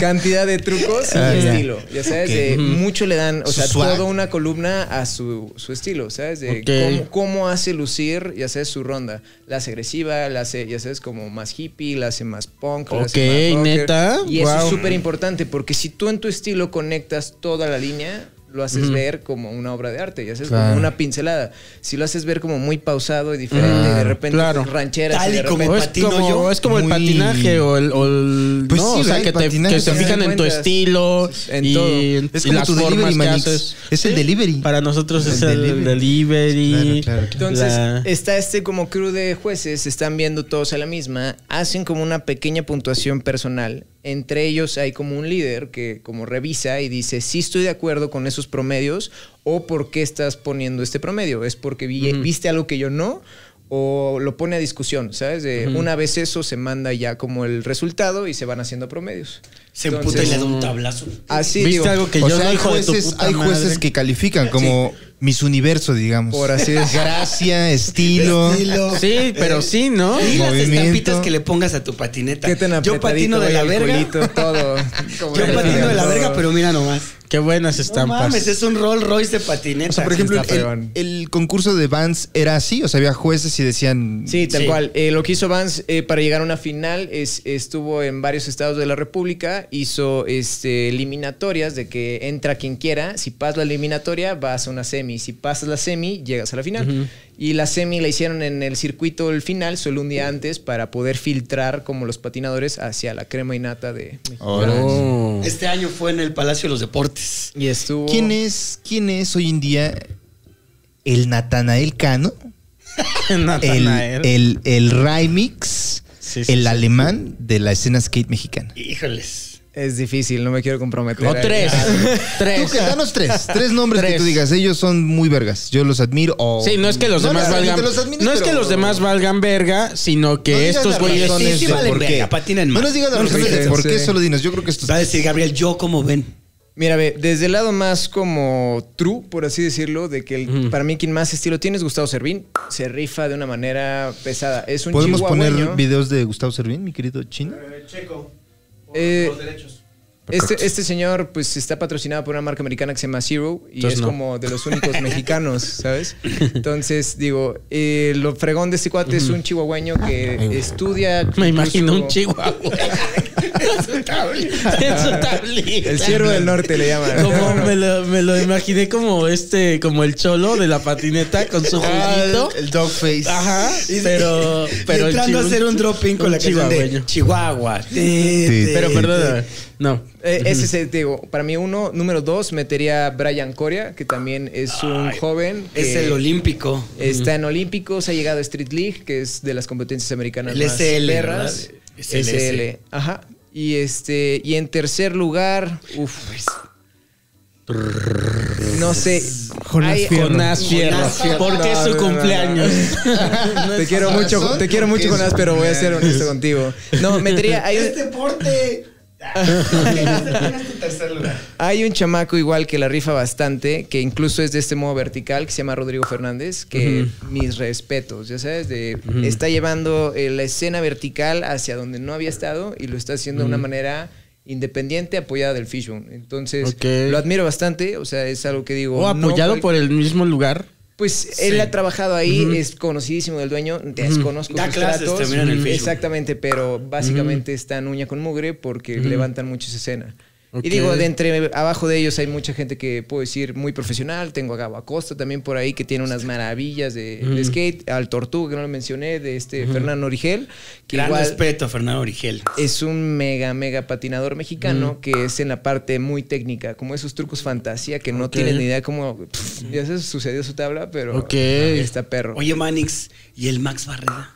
H: cantidad de trucos y
F: Ah, ya.
H: estilo. Ya sabes,
F: Ok.
H: de mucho le dan, o sea,
F: Su swag.
H: toda una columna a su, su estilo, ¿sabes? De
G: Ok.
H: cómo, cómo hace lucir, ya sabes, su ronda. La hace agresiva, la hace, ya sabes, como más hippie, la hace más punk.
G: Ok,
H: la hace más rocker.
G: ¿neta?
H: Y eso
G: Wow.
H: es súper importante porque si tú en tu estilo conectas toda la línea, lo haces ver como una obra de arte, ya sabes,
F: Claro.
H: como una pincelada. Si lo haces ver como muy pausado y diferente,
F: Ah,
H: y de repente
G: claro.
H: rancheras.
E: Tal
H: de
E: y como
H: repente-
G: O es
E: patino
G: como,
E: yo,
G: o es como el
F: muy-
G: patinaje o el. o el-
F: Pues
G: no,
F: sí,
G: o sea,
F: el
G: que te,
F: patinaje
G: que se
F: sí.
G: fijan en tu
H: Cuentas.
G: estilo.
H: En
G: y,
H: todo.
F: Es
G: y
F: como
G: las
F: tu delivery,
G: formas que
F: Manix.
G: haces.
F: Es el
G: Sí.
F: delivery.
G: Para nosotros
F: El
G: es el
F: Claro,
G: delivery.
F: claro, claro.
H: Entonces,
G: la-
H: está este como crew de jueces, están viendo todos a la misma, hacen como una pequeña puntuación personal. Entre ellos hay como un líder que como revisa y dice, sí estoy de acuerdo con esos promedios o por qué estás poniendo este promedio. ¿Es porque vi- viste algo que yo no? O lo pone a discusión, ¿sabes? De Una vez eso se manda ya como el resultado y se van haciendo promedios.
E: Se
H: Entonces,
E: emputa y le da un tablazo.
H: Así
G: ¿Viste
H: digo,
G: algo que
F: o
G: yo
F: sea,
G: no,
F: hay
G: hijo de tu
F: jueces,
G: puta
F: hay jueces
G: madre?
F: que califican como Miss Universo, digamos.
H: Por así decirlo.
F: Gracia, estilo.
E: Estilo.
G: Sí, pero sí, ¿no?
E: Y las
F: Movimiento.
E: estampitas que le pongas a tu patineta.
H: ¿Qué tan
E: yo patino
H: apretadito
E: de
H: va
E: la
H: el
E: verga.
H: culito, todo. Como
E: Yo
H: el
E: patino de la
H: todo.
E: verga, pero mira nomás.
G: Qué buenas estampas.
E: No mames, es un Rolls Royce de patineta.
F: O sea, por ejemplo,
H: está
F: el,
H: fregón.
F: el concurso de Vans era así, o sea, había jueces y decían...
H: Sí, tal
E: Sí.
H: cual. Eh, lo que hizo Vance eh, para llegar a una final es, estuvo en varios estados de la República, hizo este, eliminatorias de que entra quien quiera, si pasas la eliminatoria vas a una semi, si pasas la semi llegas a la final. Y la semi la hicieron en el circuito el final solo un día antes para poder filtrar como los patinadores hacia la crema y nata de México.
G: Oh.
E: Este año fue en el Palacio de los Deportes.
H: Y estuvo...
F: ¿Quién es, ¿Quién es hoy en día el Natanael Cano? El,
G: Natanael.
F: el, el Rymix,
G: Sí, sí,
F: el
G: sí.
F: alemán de la escena skate mexicana.
E: Híjoles.
H: Es difícil, no me quiero comprometer.
G: O
H: ahí.
G: tres.
F: Tú
G: tres.
F: que danos tres, tres nombres que
G: Tres.
F: tú digas, ellos son muy vergas, yo los admiro. o-
G: Sí, no es que los demás
F: les-
G: valgan.
F: te los admiro,
G: no es que
F: pero-
G: los demás valgan verga, sino que
F: No digas
G: estos
F: las
G: güeyes.
F: razones
E: Sí, sí
F: de
E: valen
F: por qué.
E: verga, patinen
F: No
E: más.
F: nos digas las
E: No nos
F: razones de
H: digas,
F: por qué,
H: sí.
F: solo dinos. Yo creo que estos
E: Va a decir Gabriel, ¿yo cómo ven?
H: Mira, ve, desde el lado más como true, por así decirlo, de que el- para mí quien más estilo tiene es Gustavo Servín. Se rifa de una manera pesada. Es un
F: ¿Podemos
H: chihuahueño.
F: poner videos de Gustavo Servín, mi querido Chino?
C: Checo. Por
H: Eh,
C: los derechos.
H: Este, este señor pues está patrocinado por una marca americana que se llama Zero y
G: Entonces,
H: es
G: no.
H: como de los únicos mexicanos, ¿sabes? Entonces, digo, eh, lo
E: Pues
H: fregón de este cuate es un chihuahueño que estudia...
G: Me imagino
H: incluso-
G: un chihuahua.
E: su tablita.
G: En su tablita.
H: El ciervo del norte le llaman.
G: Como me lo, me lo imaginé como este, como el cholo de la patineta con su juguito.
F: El dog face.
G: Ajá. Pero, pero
E: Pero entrando a
G: chihu-
E: hacer un drop-in con
G: un
E: la canción de
G: chihuahueño.
E: Chihuahua.
G: Pero perdóname. No.
H: Eh, ese es, el, te digo, para mí uno. Número dos, metería a Brian Coria, que también es un
E: Ay,
H: joven.
E: Es
H: que
E: el olímpico.
H: Está en Olímpicos, ha llegado a Street League, que es de las competencias americanas
E: El
H: más
E: SL,
H: perras.
E: ¿verdad? SL.
H: SL. Ajá. Y, este, y en tercer lugar, uf, no sé.
A: Jonás
H: Hay-
A: Fierro.
G: Jonás Fierro.
H: Fierro.
G: Porque es
H: No,
G: su
H: no, no,
G: cumpleaños.
H: Te quiero mucho, te quiero mucho, Jonás, pero voy a ser honesto contigo. No, metería. Hay,
E: Este porte.
H: Hay un chamaco igual que la rifa bastante, que incluso es de este modo vertical, que se llama Rodrigo Fernández, que mis respetos, ya sabes, de, está llevando eh, la escena vertical hacia donde no había estado y lo está haciendo de una manera independiente, apoyada del Fishbone. Entonces,
G: Ok.
H: lo admiro bastante, o sea, es algo que digo...
G: O
H: no
G: apoyado
H: cual-
G: por el mismo lugar.
H: Pues él ha trabajado ahí, es conocidísimo del dueño, desconozco
E: Da
H: sus
E: clases
H: tratos.
E: también en el
H: Ujú.
E: Facebook.
H: Exactamente, pero básicamente están uña con mugre porque levantan mucho esa escena.
G: Ok.
H: Y digo, de entre abajo de ellos hay mucha gente que puedo decir muy profesional. Tengo a Gabo Acosta también por ahí que tiene unas maravillas de, de skate. Al Tortuga, que no lo mencioné, de este Fernando Origel. Que
E: Gran
H: igual
E: respeto a Fernando Origel.
H: es un mega, mega patinador mexicano que es en la parte muy técnica, como esos trucos fantasía que no
G: Ok.
H: tienen ni idea cómo pff, ya se sucedió su tabla, pero
G: Ok.
H: está perro.
E: Oye, Manix, ¿y el Max Barrera?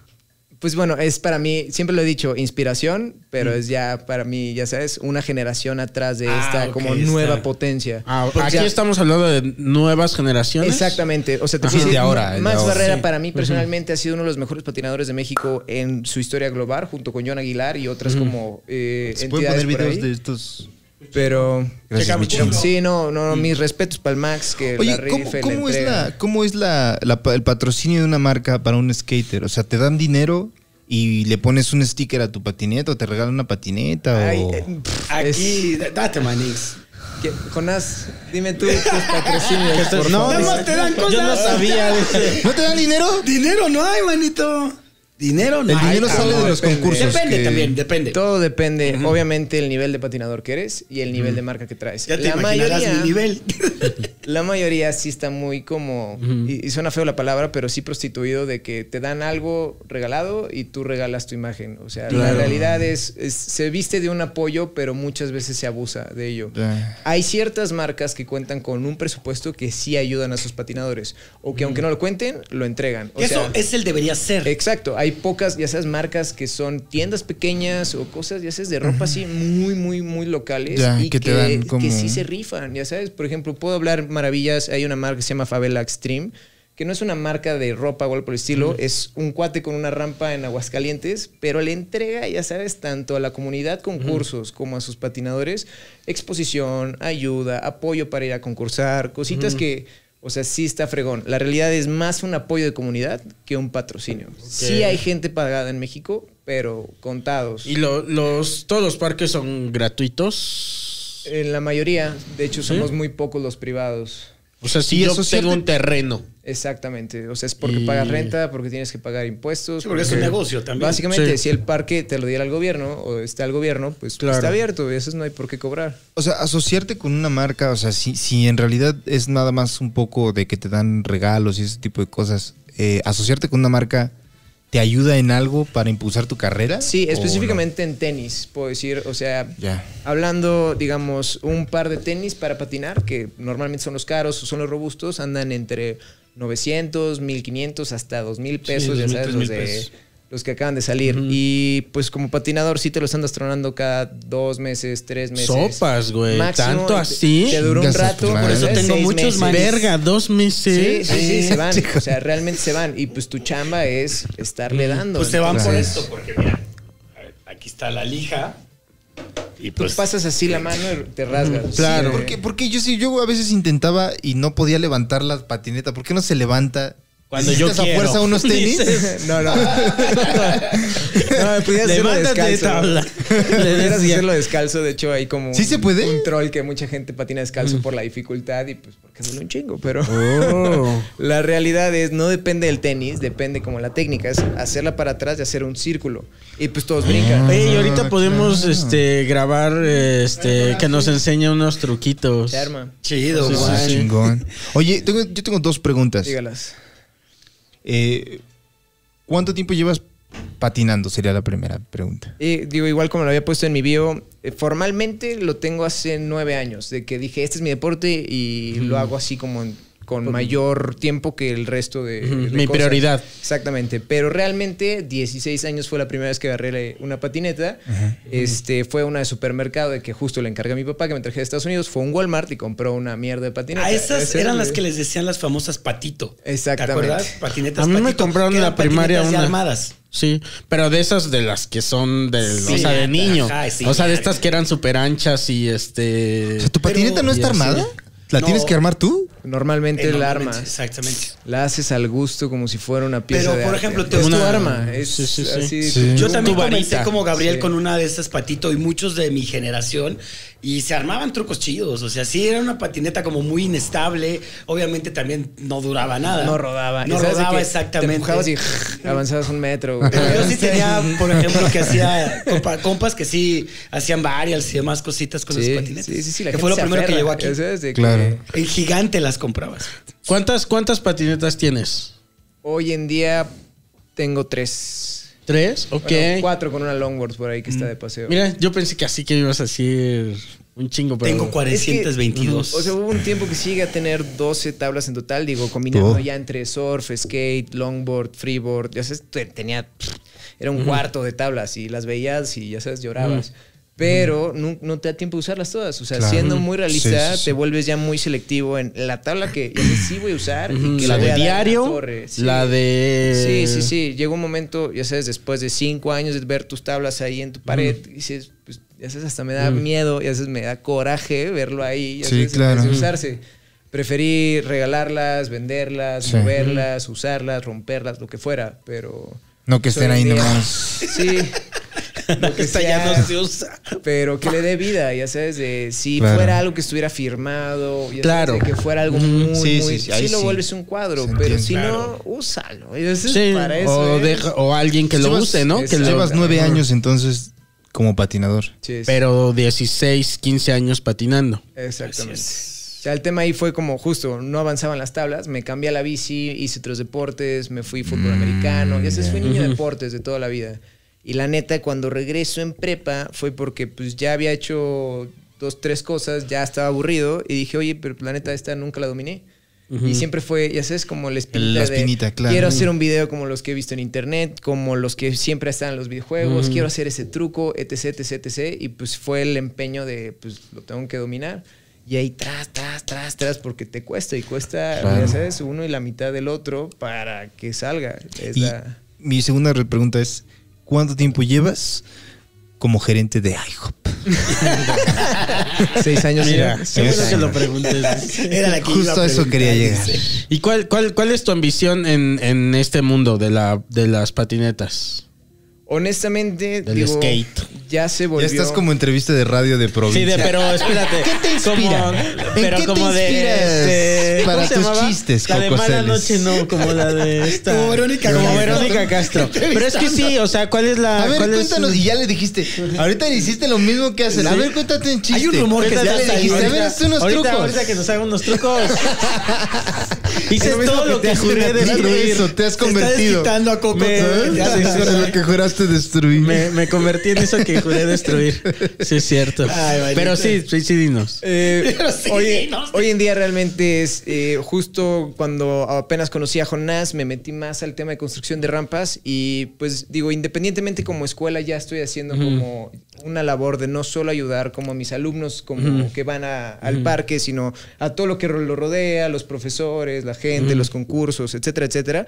H: Pues bueno, es para mí, siempre lo he dicho, inspiración, pero es ya para mí, ya sabes, una generación atrás de
E: Ah,
H: esta
E: ok,
H: como
E: está.
H: nueva potencia.
G: Ah,
H: O
G: Aquí
H: sea,
G: estamos hablando de nuevas generaciones.
H: Exactamente. O sea, te
G: Ajá.
H: puedo
G: Sí,
H: decir,
G: de ahora,
F: de
H: Max
F: ahora.
H: Barrera
G: Sí.
H: para mí personalmente ha sido uno de los mejores patinadores de México en su historia global, junto con John Aguilar y otras como eh,
F: Se pueden
H: entidades
F: poner
H: por
F: videos
H: ahí.
F: de estos.
H: Pero
F: Gracias,
E: Checamos.
F: Michelle.
H: Sí, no, no, no, mis respetos para el Max, que la
F: Oye,
H: rifa
F: ¿cómo,
H: y
F: cómo es,
H: entrega.
F: la, cómo es la, la pa- el patrocinio de una marca para un skater? O sea, ¿te dan dinero y le pones un sticker a tu patineta o te regalan una patineta?
H: Ay,
F: o...
H: eh, pff,
E: Aquí, date, Manix.
H: es- que- Jonás, dime tú tus patrocinios, por
F: No,
H: favor.
F: nada
E: más te dan
G: Yo no
E: cosas.
G: sabía. dice.
F: ¿No te dan dinero?
E: Dinero no hay, manito. Dinero no
F: El
E: hay.
F: dinero
E: cabrón.
F: sale de los
H: depende.
F: concursos.
E: Depende
F: que-
E: también, depende.
H: Todo depende, obviamente, el nivel de patinador que eres y el nivel de marca que traes.
E: Ya te imaginarás mi nivel.
H: La mayoría sí está muy como, y, y suena feo la palabra, pero sí prostituido de que te dan algo regalado y tú regalas tu imagen. O sea, la
G: Claro.
H: realidad es, es- se viste de un apoyo, pero muchas veces se abusa de ello.
F: Ya.
H: Hay ciertas marcas que cuentan con un presupuesto que sí ayudan a sus patinadores, o que aunque no lo cuenten, lo entregan. O
E: Eso
H: sea,
E: es el debería ser.
H: Exacto, hay pocas, ya sabes, marcas que son tiendas pequeñas o cosas, ya sabes, de ropa así muy, muy, muy locales
F: Ya,
H: y
F: que
H: que,
F: te dan como-
H: que sí se rifan, ya sabes. Por ejemplo, puedo hablar maravillas, hay una marca que se llama Favela Extreme, que no es una marca de ropa o algo por el estilo, es un cuate con una rampa en Aguascalientes, pero le entrega, ya sabes, tanto a la comunidad concursos como a sus patinadores, exposición, ayuda, apoyo para ir a concursar, cositas que... O sea, sí está fregón. La realidad es más un apoyo de comunidad que un patrocinio. Sí hay gente pagada en México, pero contados.
G: Y lo- los, todos los parques son gratuitos.
H: en la mayoría, de hecho, somos muy pocos los privados.
G: O sea, si
F: Y
G: yo
F: eso
G: tengo
F: sí te-
G: un terreno.
H: Exactamente. O sea, es porque
G: Y-
H: pagas renta, porque tienes que pagar impuestos.
E: Sí, porque es un negocio también.
H: Básicamente,
G: Sí.
H: si el parque te lo diera al gobierno o está al gobierno, pues
G: Claro.
H: está abierto y eso no hay por qué cobrar.
F: O sea, asociarte con una marca, o sea, si, si en realidad es nada más un poco de que te dan regalos y ese tipo de cosas, eh, asociarte con una marca te ayuda en algo para impulsar tu carrera.
H: Sí,
F: ¿O no?
G: Oh,
H: específicamente en tenis, puedo decir. O sea,
F: Ya.
H: hablando, digamos, un par de tenis para patinar, que normalmente son los caros o son los robustos, andan entre 900, 1500 hasta 2000 pesos, ya
E: 2000,
H: sabes,
E: 3000
H: los, de-
E: pesos.
H: los que acaban de salir. Y pues como patinador sí te los andas tronando cada dos meses, tres meses.
G: Sopas, güey.
H: Máximo,
G: ¿Tanto
H: y te-
G: así?
H: Te dura un
F: Chingas a tu madre.
H: rato. ya
F: Por eso
H: sabes,
E: tengo
H: seis
E: muchos
H: meses.
E: manes.
G: Verga, dos
H: Sí, sí,
G: meses.
H: sí, se van.
F: Chico.
H: O sea, realmente se van. Y pues tu chamba es estarle dando.
E: Pues se van por
F: Entonces-
E: esto, porque mira, a ver, aquí está la lija. Y
H: Tú
E: pues
H: pasas así la mano y te rasgas.
G: Claro.
H: Sí.
F: Porque, porque yo sí, yo a veces intentaba y no podía levantar la patineta. ¿Por qué no se levanta?
G: Cuando yo
F: ¿Hiciste a
G: quiero.
F: fuerza unos tenis?
G: Dices,
H: No, no.
G: pues
H: no, pudieras hacerlo
G: Levántate de
H: descalzo.
G: tabla. Le
H: Pudieras
G: decía.
H: hacerlo descalzo, de hecho, hay como un,
F: ¿Sí se puede? Mm.
H: un troll que mucha gente patina descalzo por la dificultad y pues porque duele un chingo, pero
F: Oh.
H: la realidad es, no depende del tenis, depende como la técnica, es hacerla para atrás y hacer un círculo. Y pues todos
F: Ah,
H: brincan.
G: Oye, y ahorita podemos este, grabar este, que nos enseña unos truquitos.
H: Se arma.
E: Chido,
F: Sí,
E: guay.
F: chingón. Oye, tengo- yo tengo dos preguntas.
H: Dígalas.
F: Eh, ¿Cuánto tiempo llevas patinando? Sería la primera pregunta.
H: Y digo, igual como lo había puesto en mi bio, eh, formalmente lo tengo hace nueve años, de que dije, este es mi deporte y lo hago así como en- con mayor tiempo que el resto de...
G: Ujú,
H: de
G: mi prioridad.
H: Exactamente, pero realmente 16 años fue la primera vez que agarré la- una patineta. Este Fue una de supermercado de que justo le encargué a mi papá que me traje de Estados Unidos, fue a un Walmart y compró una mierda de patineta.
E: A esas
H: Ese
E: eran
H: le-
E: las que les decían las famosas patito.
H: Exactamente.
E: ¿Te acuerdas? Patinetas
G: A mí me
E: patito,
G: compraron
E: que
G: en la
E: eran patinetas
G: primaria
E: ya
G: una.
E: armadas.
G: Sí, pero de esas de las que son de,
E: Sí,
G: o sea, de
E: ajá,
G: niño.
E: sí,
G: o sea, de
E: ya.
G: estas que eran súper anchas y este.
F: O sea, ¿tu
E: Pero-
F: patineta no está
E: Ya sé.
F: armada? ¿La
E: No.
F: tienes que armar tú?
H: Normalmente el
E: Enormemente,
H: arma.
E: Exactamente.
H: La haces al gusto como si fuera una pieza
E: Pero,
H: de
E: por
H: arte.
E: ejemplo, tú-
H: es tu
G: Una-
H: arma. Es
G: Sí, sí, sí.
H: así,
F: Sí.
E: Yo
G: Tu
E: también comencé
G: varita.
E: como Gabriel
H: Sí.
E: con una de esas patito y muchos de mi generación y se armaban trucos chidos. O sea, sí era una patineta como muy inestable. Obviamente también no duraba nada.
H: No rodaba.
E: No
H: Y sabes de
E: rodaba
H: que Te
E: exactamente.
H: empujabas y avanzabas un metro. güey.
E: Pero yo sí tenía, por ejemplo, que hacía compa- compas que sí hacían varias y demás cositas con
H: Sí,
E: los patinetes.
H: sí, sí, sí, la
E: que
H: gente
E: fue lo
H: se
E: primero que
H: aferra,
E: llegó aquí.
H: ya sabes, de que
F: Claro.
E: En gigante las comprabas.
G: ¿Cuántas, ¿Cuántas patinetas tienes?
H: Hoy en día tengo tres.
G: ¿Tres? Ok.
H: Bueno, cuatro con una longboard por ahí que está de paseo.
G: Mira, yo pensé que así que me ibas a decir un chingo, pero.
E: Tengo
H: Es que,
E: 422.
H: O sea, hubo un tiempo que sí llegué a tener 12 tablas en total, digo, combinando
F: Oh.
H: ya entre surf, skate, longboard, freeboard. Ya sabes, te- tenía. Era un cuarto de tablas y las veías y ya sabes, llorabas. Pero nu- no, te da tiempo de usarlas todas. O sea,
F: Claro.
H: siendo muy
F: Sí,
H: realista,
F: sí, sí.
H: te vuelves ya muy selectivo en la tabla que ya sé, sí voy a usar.
G: Ujú,
H: y que
G: Mm, la
H: voy
G: de
H: a dar en
G: diario,
H: torre. Sí.
G: la de.
F: Eh,
H: Sí, sí, sí. Llegó un momento, ya sabes, después de cinco años de ver tus tablas ahí en tu pared,
F: Mm.
H: dices, pues, ya sabes, hasta me da miedo, ya sabes, me da coraje verlo ahí, ya
F: Sí,
H: sabes, en
F: claro.
H: vez de usarse. Preferí regalarlas, venderlas,
F: Sí.
H: moverlas, usarlas, romperlas, lo que fuera, pero...
F: No, que estén ahí
H: Todavía.
F: nomás.
H: Sí. Lo que
E: Esta
H: sea,
E: ya no se usa.
H: Pero que le dé vida, ya sabes, de si
F: Claro.
H: fuera algo que estuviera firmado, ya sabes,
G: Claro.
H: de que fuera algo
G: Ujú.
H: muy,
F: Sí,
H: muy...
F: sí, sí,
H: Sí,
F: ahí
H: lo
F: sí.
H: vuelves un cuadro,
F: Se
H: pero
F: entiende.
H: si
E: Claro.
H: no, úsalo. Ya sabes,
G: Sí,
H: para eso
G: o,
H: es.
G: deja- o alguien que lo
F: Llevas-
G: use, ¿no? Que
H: Exacto.
G: lo-
F: Llevas nueve años entonces como patinador.
H: Sí, sí.
G: Pero 16, 15 años patinando.
H: Exactamente. O sea, el tema ahí fue como justo, no avanzaban las tablas, me cambié a la bici, hice otros deportes, me fui fútbol
F: Mm,
H: americano, ya sabes, fui niño de deportes de toda la vida. Y la neta, cuando regreso en prepa fue porque pues ya había hecho dos, tres cosas, ya estaba aburrido y dije, oye, pero la neta esta nunca la dominé. Y siempre fue, ya sabes, como la espinita,
F: La
H: de,
F: espinita, claro.
H: quiero hacer un video como los que he visto en internet, como los que siempre están en los videojuegos, quiero hacer ese truco, etc, etc, etc. Y pues fue el empeño de, pues lo tengo que dominar. Y ahí tras, tras, tras, tras, porque te cuesta y cuesta,
F: Claro.
H: ya sabes, uno y la mitad del otro para que salga. Es
F: Y
H: la-
F: mi segunda re- pregunta es, ¿cuánto tiempo llevas como gerente de IHOP?
H: Seis años.
G: Mira,
H: sí.
G: seguro
F: esa.
G: que lo preguntes.
E: Era la que iba
F: Justo a eso
E: preguntar,
F: quería llegar.
E: dice.
G: ¿Y cuál, cuál, cuál es tu ambición en, en este mundo de, la, de las patinetas?
H: Honestamente,
G: Del
H: digo,
G: skate.
H: ya se
F: Ya
H: volvió.
F: estás como entrevista de radio de
G: Sí,
F: provincia.
G: de- pero espérate.
F: ¿Qué te
G: como-
F: inspira? ¿En
G: pero
F: qué te
G: como de,
F: inspiras
G: este,
F: para
G: ¿cómo se
F: tus
G: llamaba?
F: chistes,
G: La de
F: Coco
G: mala
F: Celis?
G: noche, no, como la de esta.
E: Como Verónica
G: Como
E: Castro.
G: Verónica Castro. Pero es que sí, o sea, ¿cuál es la.
F: A ver,
G: cuál es-
F: cuéntanos. Y ya le dijiste. Ahorita le hiciste lo mismo que hacen. A ver, cuéntate un chiste.
E: Hay un rumor que
F: ya
E: se
F: le
E: hace ahí.
F: dijiste. A ver, haz unos
G: ahorita,
F: trucos.
G: Ahorita que nos haga unos trucos. Dices
F: Eso es
G: todo lo que
F: te
G: juré
F: juraste
G: destruir.
F: eso, te has
E: Se está
F: convertido.
E: desquitando a Coco.
G: Me-
E: todo el día.
G: Ya
F: Eso
G: sé,
F: es lo que juraste destruir.
G: Me, me convertí en eso que juré destruir. Sí, es cierto.
E: Ay, Vanita.
G: Pero sí, sí, sí, dinos.
H: Eh,
E: Pero sí,
H: hoy,
E: no sé.
H: hoy en día realmente es eh, justo cuando apenas conocí a Jonás, me metí más al tema de construcción de rampas y pues digo, independientemente como escuela ya estoy haciendo como una labor de no solo ayudar como a mis alumnos como que van a- al parque, sino a todo lo que ro- lo rodea, los profesores, la gente, los concursos, etcétera, etcétera.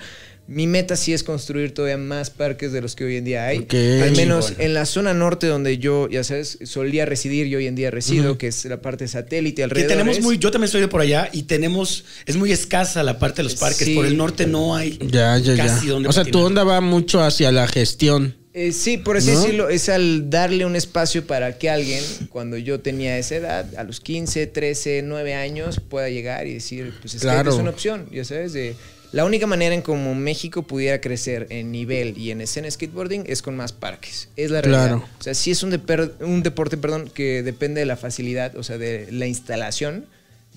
H: mi meta sí es construir todavía más parques de los que hoy en día hay.
G: Ok.
H: Al menos
E: Chingón.
H: en la zona norte donde yo, ya sabes, solía residir y hoy en día resido, que es la parte satélite
E: Que
H: alrededor.
E: tenemos muy, yo también soy de por allá y tenemos, es muy escasa la parte de los parques.
H: Sí.
E: Por el norte no hay
G: Ya, ya, ya.
E: casi donde
G: O sea, tu
E: patinar.
G: onda va mucho hacia la gestión.
H: Eh, sí, por así
G: ¿No?
H: decirlo, es al darle un espacio para que alguien, cuando yo tenía esa edad, a los 15, 13, 9 años, pueda llegar y decir, pues es que
G: Claro.
H: es una opción, ya sabes, de... La única manera en cómo México pudiera crecer en nivel y en escena de skateboarding es con más parques. Es la realidad.
G: Claro.
H: O sea, sí es un, deper- un deporte perdón, que depende de la facilidad, o sea, de la instalación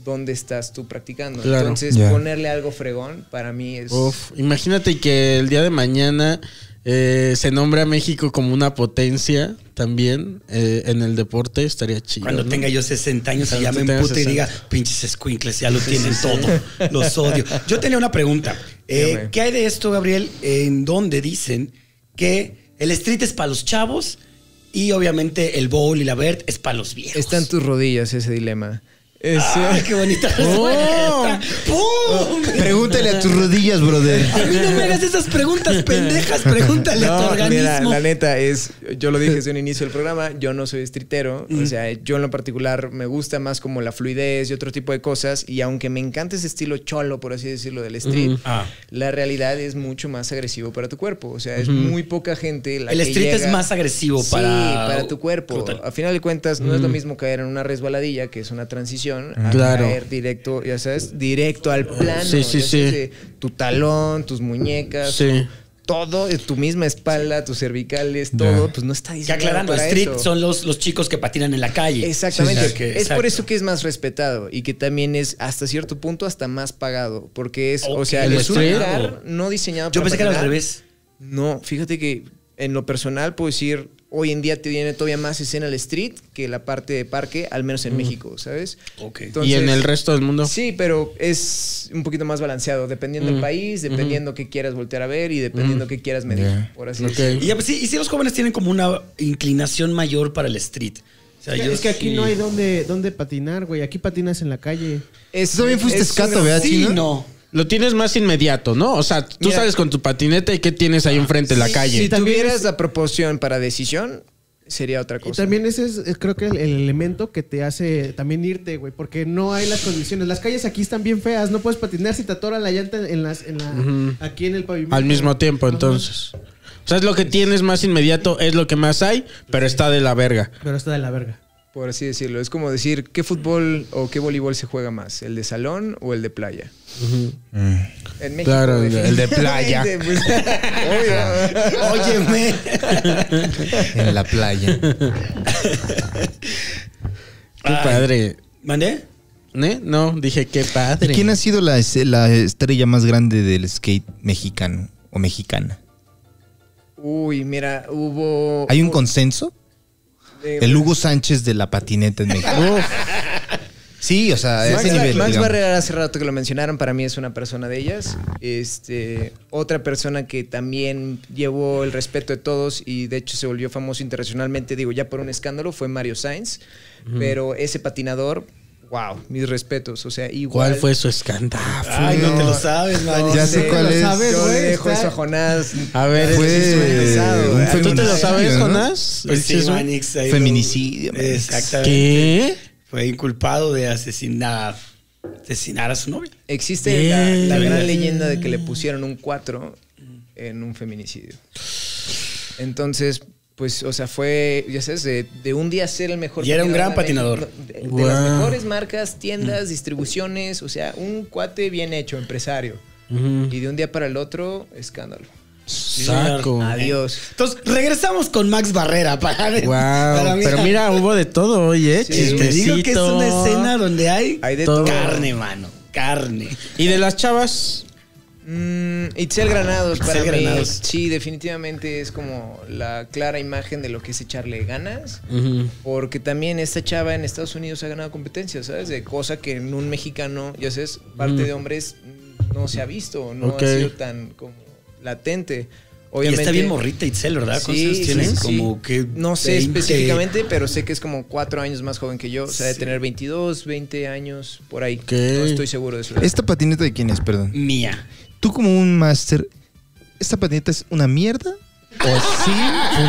H: donde estás tú practicando.
G: Claro.
H: Entonces,
F: Ya.
H: ponerle algo fregón para mí es...
G: Uf, imagínate que el día de mañana eh, se nombre a México como una potencia también eh, en el deporte, estaría chido.
E: Cuando
G: ¿no?
E: tenga yo 60 años y
G: Cuando
E: ya
G: tú
E: me
G: tengas
E: empute y
G: 60.
E: diga, pinches escuincles, ya lo tienen todo. Los odio. Yo tenía una pregunta. Eh,
H: Dígame.
E: ¿Qué hay de esto, Gabriel, en donde dicen que el street es para los chavos y obviamente el bowl y la vert es para los viejos?
H: Está en tus rodillas ese dilema. Es-
E: ¡Ay, qué bonita
H: Pues
G: Oh.
E: respuesta! ¡Pum!
F: Pregúntale a tus rodillas, brother.
E: A mí no me hagas esas preguntas pendejas, pregúntale a tu
H: No, mira,
E: organismo.
H: la neta es, yo lo dije desde un inicio del programa, yo no soy streetero, o sea, yo en lo particular me gusta más como la fluidez y otro tipo de cosas, y aunque me encanta ese estilo cholo, por así decirlo, del street,
E: Ah.
H: la realidad es mucho más agresivo para tu cuerpo, o sea, es muy poca gente la
E: el
H: que
E: street es
H: llega-
E: más agresivo
H: Sí,
E: para...
H: para tu cuerpo.
E: Brutal.
H: A final de cuentas, no es lo mismo caer en una resbaladilla, que es una transición, a
G: Claro.
H: caer directo, ya sabes, directo al plano.
G: Sí, sí, sí.
H: ya sabes, de Tu talón, tus muñecas,
G: Sí.
H: todo, eh, tu misma espalda, tus cervicales, todo, pues no está
E: Que
H: diseñado
E: aclarando,
H: para
E: street
H: eso.
E: son los, los chicos que patinan en la calle.
H: Exactamente.
E: O sea que-
H: es por
E: exacto.
H: eso que es más respetado y que también es hasta cierto punto hasta más pagado. Porque es,
E: Ok.
H: o sea,
E: El
H: es un
E: street.
H: lugar no diseñado
E: Yo
H: para
E: pensé que era al
H: patinar.
E: revés.
H: No, fíjate que en lo personal puedo decir, hoy en día tiene todavía más escena el street que la parte de parque, al menos en México, ¿sabes?
E: Ok.
G: Mm. y en
H: Entonces-
G: el resto del mundo.
H: Sí, pero es un poquito más balanceado, dependiendo
G: Mm.
H: del país, dependiendo qué quieras voltear a ver y dependiendo qué quieras medir,
F: Ya.
H: por así
G: Ok.
H: decirlo.
E: Y, ya, pues, sí, y sí, los jóvenes tienen como una inclinación mayor para el street. O sea,
C: Es que-
E: yo
C: es que aquí
E: sí-
C: no hay dónde, dónde patinar, güey. Aquí patinas en la calle.
H: Es-
F: Tú también fuiste
H: es
F: escato,
H: una-
F: ¿verdad,
E: Sí,
F: Chino?
E: no.
G: Lo tienes más inmediato, ¿no? O sea, tú
H: Mira.
G: sales con tu patineta y ¿qué tienes
E: Ah,
G: ahí enfrente? la
H: Si-
G: calle.
H: Si
C: también
H: tuvieras
C: es-
H: la proporción para decisión, sería otra
C: Y
H: cosa.
C: también ese es, eh, creo que el, el elemento que te hace también irte, güey, porque no hay las condiciones. Las calles aquí están bien feas, no puedes patinar si te atora la llanta en las, en la, aquí en el pavimento.
G: Al mismo tiempo,
C: Ajá.
G: entonces. O sea, es lo que tienes más inmediato, es lo que más hay, pero está de la verga.
C: Pero está de la verga.
H: Por así decirlo. Es como decir, ¿qué fútbol o qué voleibol se juega más? ¿El de salón o el de playa?
F: Eh,
H: En México,
G: Claro, el de- el de
H: definitivamente, pues, obvio.
E: Óyeme.
F: En la playa.
G: Qué
E: Ay.
G: padre.
E: ¿Mandé?
G: ¿Eh? No, dije qué
F: ¿Y
G: padre.
F: quién ha sido la, es- la estrella más grande del skate mexicano o mexicana?
H: Uy, mira, hubo...
F: ¿Hay un consenso?
H: eh,
F: El Hugo Sánchez de la patineta en México. Sí, o sea, a
H: Max,
F: ese nivel.
H: Max
F: digamos.
H: Barrera hace rato que lo mencionaron, para mí es una persona de ellas. Este, otra persona que también llevó el respeto de todos y de hecho se volvió famoso internacionalmente, digo, ya por un escándalo, fue Mario Sainz. Pero ese patinador, wow, mis respetos. O sea, igual.
G: ¿Cuál fue su escándalo?
E: Ay, no, te lo sabes, man.
F: Ya sé cuál
H: lo
F: es.
H: sabes,
C: Yo
H: güey,
C: le
H: dejo
C: está-
H: eso a Jonás.
G: A ver,
H: Ya
G: fue
H: sé si suena pesado,
F: un
H: güey.
F: fue-
G: ¿eh? ¿Tú te lo sabes,
F: feminicidio, ¿no?
G: Jonás?
E: Pues sí,
G: ¿Sí, güey?
E: Manix, ahí lo-
F: Feminicidio, Manix.
E: Exactamente.
G: ¿Qué?
E: Fue inculpado de asesinar, asesinar a su novia.
H: Existe la- la,
E: Bien.
H: gran leyenda de que le pusieron un 4 en un feminicidio. Entonces, pues, o sea, fue, ya sabes, de, de un día ser el mejor.
E: Y era un gran
H: patinador
E: patinador.
H: eh, de- De, de las
G: Wow.
H: mejores marcas, tiendas, distribuciones, o sea, un cuate bien hecho, empresario. Y de un día para el otro, escándalo.
G: Saco.
H: Adiós.
E: Entonces, regresamos con Max Barrera para ver. para
G: Wow,
E: mirar.
G: pero mira, hubo de todo hoy, ¿eh?
H: Sí,
E: te digo que es
G: Chismecito.
E: una escena donde hay,
H: Hay de todo.
E: carne, mano. Carne.
G: ¿Y de las chavas?
H: Mm, Itzel Granados para
E: Itzel
H: mí,
E: Granados.
H: Sí, definitivamente es como la clara imagen de lo que es echarle ganas. Porque también esta chava en Estados Unidos ha ganado competencias, ¿sabes? De cosa que en un mexicano, ya sabes, parte de hombres no se ha visto, no
G: Ok.
H: ha sido tan como latente.
E: Y
H: Obviamente,
E: está bien morrita Itzel, ¿verdad? ¿Cuántos
H: Sí,
E: años
H: sí,
E: tiene?
H: sí.
E: Como que
H: No sé
E: 20.
H: específicamente, pero sé que es como cuatro años más joven que yo. O sea, de tener 22, 20 años, por ahí.
G: Ok.
H: No estoy seguro de eso.
F: ¿Esta patineta de quién es, perdón?
E: Mía.
F: Tú como un máster, esta patineta es una mierda o sí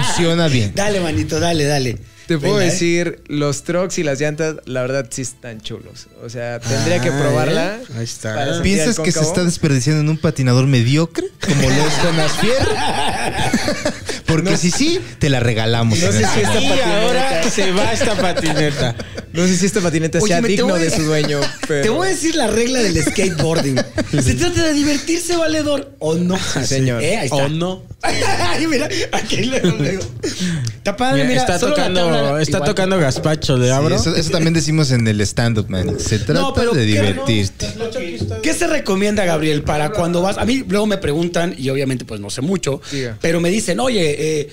F: funciona bien.
E: Dale, manito, dale, dale.
H: Te puedo
E: Venga, ¿eh?
H: decir, los trucks y las llantas, la verdad sí están chulos. O sea, tendría que
G: Ah,
H: probarla.
G: ¿eh? Ahí está.
H: para sentir
F: ¿Piensas
H: el
F: que se
H: cóncavo.
F: está desperdiciando en un patinador mediocre como lo es Jonas Fierro? Porque si sí, te la regalamos.
H: No sé si esta
G: Y
H: patineta-
G: ahora se va esta patineta.
H: No sé si esta patineta
E: Oye,
H: sea
E: me- te
H: digno
E: voy a-
H: de su dueño, pero.
E: Te voy a decir la regla del skateboarding. Se trata de divertirse, valedor, o no.
H: señor.
E: Eh, ahí está.
G: O no.
E: Ay, mira, aquí lo digo. Está
H: Ah,
E: padre,
G: Mira,
E: mira,
G: está
E: solo la
G: tocando,
E: tabla-
G: está
E: Igual.
G: tocando gazpacho, le abro.
F: eso, eso también decimos en el stand-up, man. Se trata
E: No, pero
F: de
E: ¿qué no?
F: divertirte.
E: ¿Qué se recomienda, Gabriel, para cuando vas? A mí luego me preguntan, y obviamente pues no sé mucho,
H: Diga.
E: pero me dicen, oye, eh,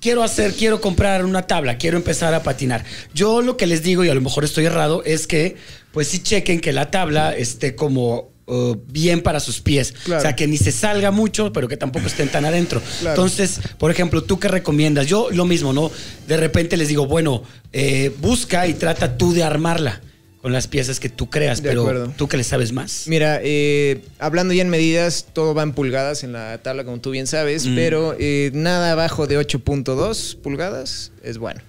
E: quiero hacer, quiero comprar una tabla, quiero empezar a patinar. Yo lo que les digo, y a lo mejor estoy errado, es que pues sí chequen que la tabla esté como... uh, bien para sus pies.
H: Claro.
E: O sea, que ni se salga mucho, pero que tampoco estén tan adentro.
H: Claro.
E: Entonces, por ejemplo, ¿tú qué recomiendas? Yo lo mismo, ¿no? De repente les digo, bueno, eh, busca y trata tú de armarla con las piezas que tú creas,
H: De
E: pero
H: acuerdo.
E: tú que le sabes más.
H: Mira, eh, hablando ya en medidas, todo va en pulgadas en la tabla, como tú bien sabes,
G: Mm.
H: pero eh, nada abajo de 8.2 pulgadas es bueno.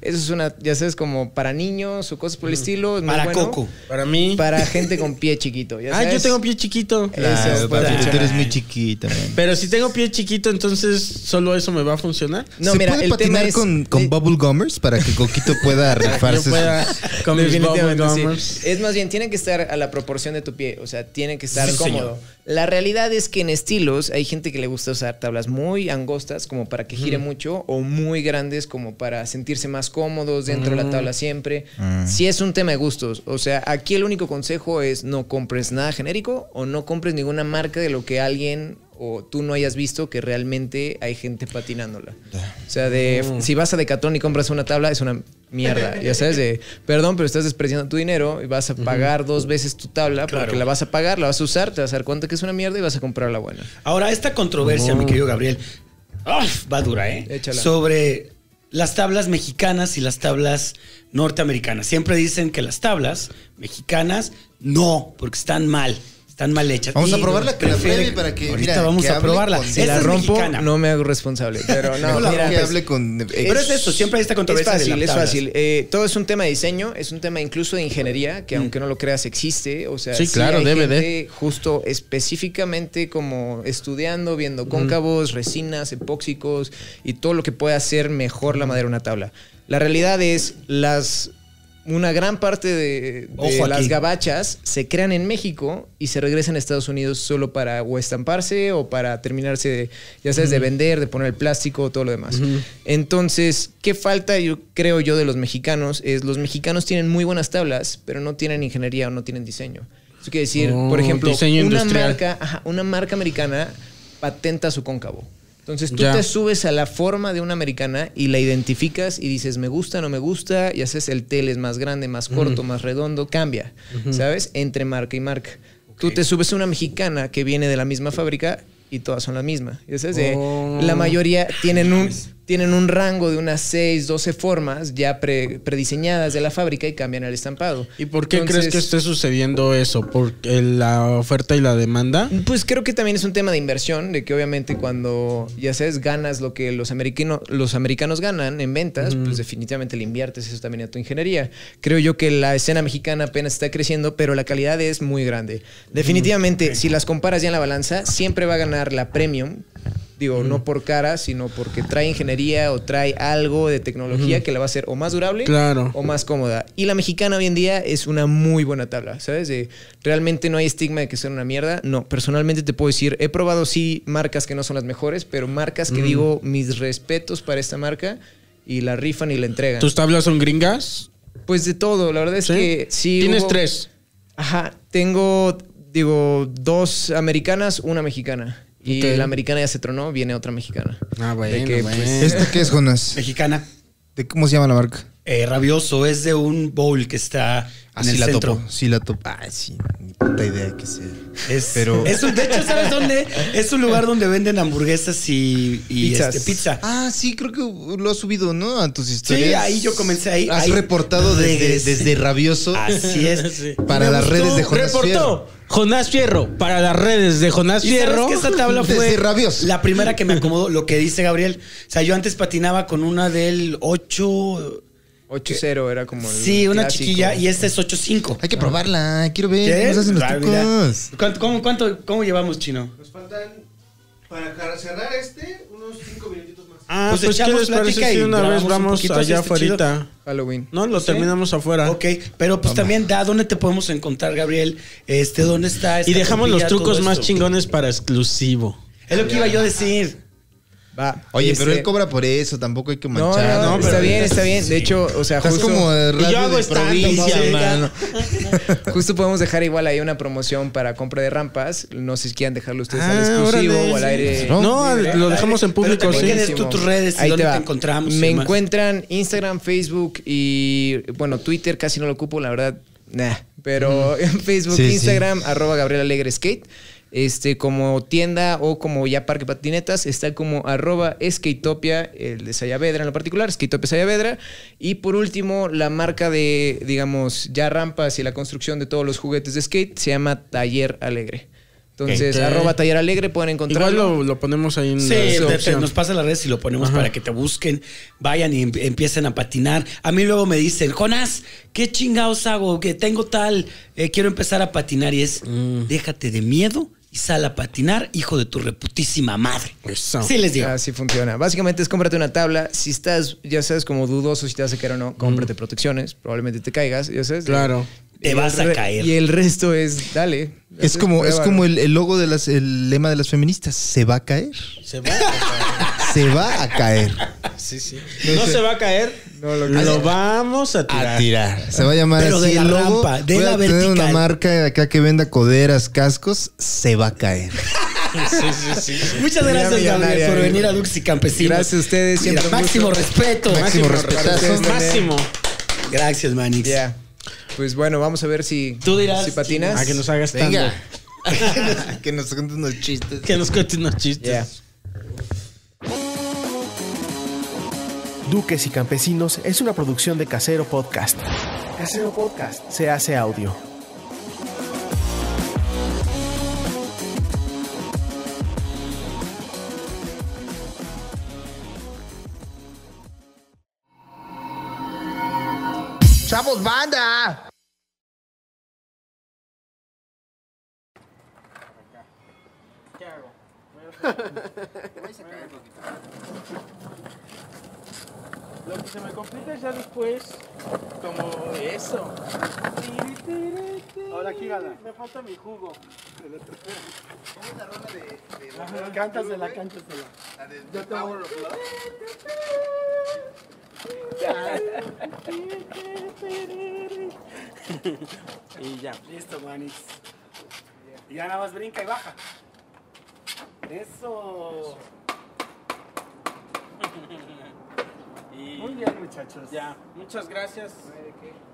H: Eso es una, ya sabes, como para niños o cosas por el estilo. es muy
E: Para
H: bueno.
E: Coco.
G: Mm. Para mí.
H: Para gente con pie chiquito. ya
G: ah, yo
H: sabes.
G: tengo pie chiquito.
H: Eso
F: Claro,
H: puede
F: papi, tú
H: funcionar.
F: eres muy chiquita, man.
G: Pero si tengo pie chiquito, entonces solo eso me va a funcionar.
H: No,
F: ¿Se
H: mira,
F: puede
H: el tema
F: patinar
H: es-
F: con, con
H: eh,
F: bubble gummers para que Coquito pueda
G: Yo
F: rifarse?
G: pueda
F: sus-
G: con mis
H: Definitivamente,
G: bubble
H: sí.
G: gummers.
H: Es más bien, tiene que estar a la proporción de tu pie. O sea, tiene que estar
E: Sí,
H: cómodo.
E: señor.
H: La realidad es que en estilos hay gente que le gusta usar tablas muy angostas como para que gire mucho o muy grandes como para sentirse más cómodos dentro
E: Mm.
H: de la tabla siempre. Si es un tema de gustos. O sea, aquí el único consejo es no compres nada genérico o no compres ninguna marca de lo que alguien o tú no hayas visto que realmente hay gente patinándola. O sea, de
E: Mm.
H: si vas a Decathlon y compras una tabla es una mierda, ya sabes de, perdón, pero estás despreciando tu dinero y vas a pagar dos veces tu tabla porque la vas a pagar, la vas a usar, te vas a dar cuenta que es una mierda y vas a comprar la buena.
E: Ahora, esta controversia, mi querido Gabriel, ¡uf! va dura, ¿eh?
H: Échala.
E: Sobre las tablas mexicanas y las tablas norteamericanas. Siempre dicen que las tablas mexicanas no, porque están mal. Están mal hechas.
F: Vamos a
E: Y
F: probarla con la
E: prefieren-
F: Freddy para que,
E: Ahorita
F: mira,
E: vamos
F: que
E: a
F: hable
E: probarla.
F: con- Si
H: Si
E: Esa
H: la
E: es
H: rompo,
E: mexicana.
H: no me hago responsable, pero no,
F: Mejor
H: mira, pues, eh,
F: que hable con... eh,
E: Pero es eso, siempre hay esta controversia.
H: Es fácil,
E: de
H: es
E: las tablas.
H: fácil. Eh, todo es un tema de diseño, es un tema incluso de ingeniería,
E: Mm.
H: que aunque no lo creas existe. O sea,
G: Sí, claro,
H: hay
G: debe de.
H: gente Justo específicamente como estudiando, viendo
E: Mm.
H: cóncavos, resinas, epóxicos y todo lo que puede hacer mejor la madera de una tabla. La realidad es las... Una gran parte de, de
E: Ojo
H: las
E: aquí.
H: gabachas se crean en México y se regresan a Estados Unidos solo para o estamparse o para terminarse, de, ya sabes, de vender, de poner el plástico, todo lo demás. Entonces, ¿qué falta, yo creo yo, de los mexicanos? Es los mexicanos tienen muy buenas tablas, pero no tienen ingeniería o no tienen diseño. Eso quiere decir,
G: Oh,
H: por ejemplo,
G: diseño
H: una
G: industrial.
H: marca, ajá, una marca americana patenta su cóncavo. Entonces tú
G: Ya.
H: te subes a la forma de una americana y la identificas y dices, me gusta, no me gusta, y haces el tel es más grande, más corto, más redondo, cambia, ¿sabes? Entre marca y marca. Tú te subes a una mexicana que viene de la misma fábrica y todas son la misma. Y esa es de-
G: Oh.
H: La mayoría tienen un, tienen un rango de unas 6, 12 formas ya pre- prediseñadas de la fábrica y cambian el estampado.
G: ¿Y por qué crees
H: Entonces-
G: que esté sucediendo eso? ¿Por eh, la oferta y la demanda?
H: Pues creo que también es un tema de inversión, de que obviamente cuando, ya sabes, ganas lo que los, americano- los americanos ganan en ventas, pues definitivamente le inviertes eso también a tu ingeniería. Creo yo que la escena mexicana apenas está creciendo, pero la calidad es muy grande. Definitivamente, si las comparas ya en la balanza, siempre va a ganar la premium. Digo, no por cara, sino porque trae ingeniería o trae algo de tecnología que la va a hacer o más durable
G: Claro.
H: o más cómoda. Y la mexicana hoy en día es una muy buena tabla, ¿sabes? De, realmente no hay estigma de que sea una mierda. No, personalmente te puedo decir, he probado sí marcas que no son las mejores, pero marcas que digo mis respetos para esta marca y la rifan y la entregan.
G: ¿Tus tablas son gringas?
H: pues de todo, la verdad es
G: ¿Sí?
H: que sí.
G: Tienes
H: hubo-
G: tres.
H: Ajá, tengo, digo, dos americanas, una mexicana. Y
G: Ok.
H: la americana ya se tronó, viene otra mexicana.
G: Ah,
H: De
G: bueno,
H: que,
G: bueno.
F: este
H: pues,
F: ¿Esta qué es, Jonas?
E: Mexicana.
F: ¿De ¿Cómo se llama la marca?
E: eh, rabioso, es de un bowl que está en
F: Así
E: el
F: la
E: centro.
F: topo. Sí la topo. Ah, sí. Ni puta idea que sea.
E: Es,
F: Pero-
E: es un- de hecho, ¿sabes dónde? Es un lugar donde venden hamburguesas y, y,
H: Pizzas.
E: este, pizza.
F: Ah, sí, creo que lo has subido, ¿no? A tus historias.
E: ahí yo comencé, ahí-
F: Has
E: ahí
F: reportado desde,
E: regresé. Ah,
F: desde rabioso
E: Así es.
G: Sí.
F: para
G: Me
F: las
G: gustó.
F: redes de Jonás
G: Reportó
F: Fierro.
G: Jonás Fierro para las redes de Jonás
E: ¿Y sabes
G: Fierro.
E: que esta tabla fue
F: Desde rabioso.
E: la primera que me acomodó? Lo que dice Gabriel. O sea, yo antes patinaba con una del 8.
H: 8-0 era como el
E: Sí, una
H: clásico.
E: chiquilla. Y esta es 8.5.
F: Hay que probarla. Quiero ver
E: ¿Qué?
F: cómo se hacen los
E: Ah, mira.
F: trucos.
E: ¿Cuánto, cómo, cuánto- cómo llevamos, Chino?
C: Nos faltan, para cerrar este, unos cinco minutitos más.
G: Ah,
E: Pues
G: pues, ¿qué
E: echamos
G: les parece
E: plática y
G: si una
E: grabamos
G: vez
E: un
G: vamos
E: poquito, si
G: allá
E: está chido?
G: afuera?
H: Halloween.
G: No, lo terminamos afuera.
E: Ok, pero pues también da dónde te podemos encontrar, Gabriel. Este, ¿dónde está? esta
G: Y dejamos los
E: compilla,
G: trucos
E: todo
G: más
E: esto?
G: chingones para exclusivo.
E: Es lo que iba yo a decir.
H: Va.
F: Oye, pero
H: Este-
F: él cobra por eso. Tampoco hay que
H: No,
F: manchar.
H: no, no,
F: güey.
H: está bien, está bien. De hecho, o sea,
F: Estás
H: justo,
F: como de
G: Y yo
F: radio
G: hago
F: de
G: stand-up,
F: provincia,
G: ¿no?
F: mano.
H: justo podemos dejar igual ahí una promoción para compra de rampas. No sé si quieran dejarlo ustedes al
G: Ah,
H: exclusivo
G: órale,
H: o al
G: sí.
H: aire.
G: No, lo dejamos en público,
E: Pero también
G: sí.
E: tienes tú tus redes y
H: Ahí
E: dónde te,
H: va.
E: encontramos. y
H: Me
E: demás.
H: encuentran Instagram, Facebook y bueno, Twitter casi no lo ocupo, la verdad. Nah, pero
E: Mm.
H: en Facebook,
F: Sí, sí.
H: Instagram, arroba Gabriel Alegre Skate. Este, como tienda o como ya parque patinetas, está como arroba Skatopia, el de Sayavedra en lo particular, Skatopia Sayavedra. Y por último, la marca de, digamos, ya rampas y la construcción de todos los juguetes de skate se llama Taller Alegre. Entonces,
G: Ok.
H: arroba Taller Alegre, pueden encontrarlo.
G: Igual lo, lo ponemos ahí en
E: Sí,
G: la
E: te- te-
G: descripción.
E: nos pasa las redes y lo ponemos
G: Ajá.
E: para que te busquen, vayan y em- empiecen a patinar. A mí luego me dicen, Jonás, ¿qué chingados hago? Que tengo tal, eh, quiero empezar a patinar y es, déjate de miedo y sal a patinar, hijo de tu reputísima madre.
G: Eso.
E: Sí les digo.
H: Así funciona. Básicamente es cómprate una tabla. Si estás, ya sabes, como dudoso si te vas a caer o no, cómprate protecciones. Probablemente te caigas, ya sabes.
G: Claro.
H: Y
E: Mm. Te
H: el
E: vas a
H: re-
E: caer.
H: Y el resto es, dale. ya
F: Es
H: sabes,
F: como, es
H: pruébalo.
F: como el, el logo de las, el lema de las feministas. Se va a caer.
G: Se va a
F: Se va a caer.
G: caer. Sí, sí. No se va a caer.
H: No, lo-
G: Lo vamos a tirar.
F: A tirar. Se va a llamar
E: Pero
F: así
E: de la
F: el logo.
E: rampa, de
F: Voy
E: la
F: a tener
E: vertical.
F: una marca acá que venda coderas, cascos. Se va a caer.
G: Sí, sí, sí, sí.
E: Muchas
H: Mira,
E: gracias, Gabriel,
H: millonaria,
E: por
H: eh.
E: venir a Lux y Campesinos.
H: Gracias a
E: Mira,
H: ustedes, siempre un
E: máximo
H: gusto.
E: respeto.
F: Máximo respetazo.
H: respeto.
G: Máximo.
E: Gracias, Manix.
H: Ya. Pues bueno, vamos a ver si,
E: Tú dirás
H: si patinas.
G: A que nos hagas
F: Venga.
G: tango.
F: que nos cuenten unos chistes.
G: Que nos cuente unos chistes.
H: Ya.
A: Duques y Campesinos es una producción de Casero Podcast. Casero Podcast se hace audio.
F: ¡Chavos, banda!
I: Lo que se me complica es ya después, como eso. Ahora aquí gana. Me falta mi jugo. ¿Cómo es la rola de, Cántasela, cántasela. La de Power of y ya. Listo, manis. Y ya nada más brinca y baja. Eso. Muy bien, muchachos.
G: Ya, muchas gracias.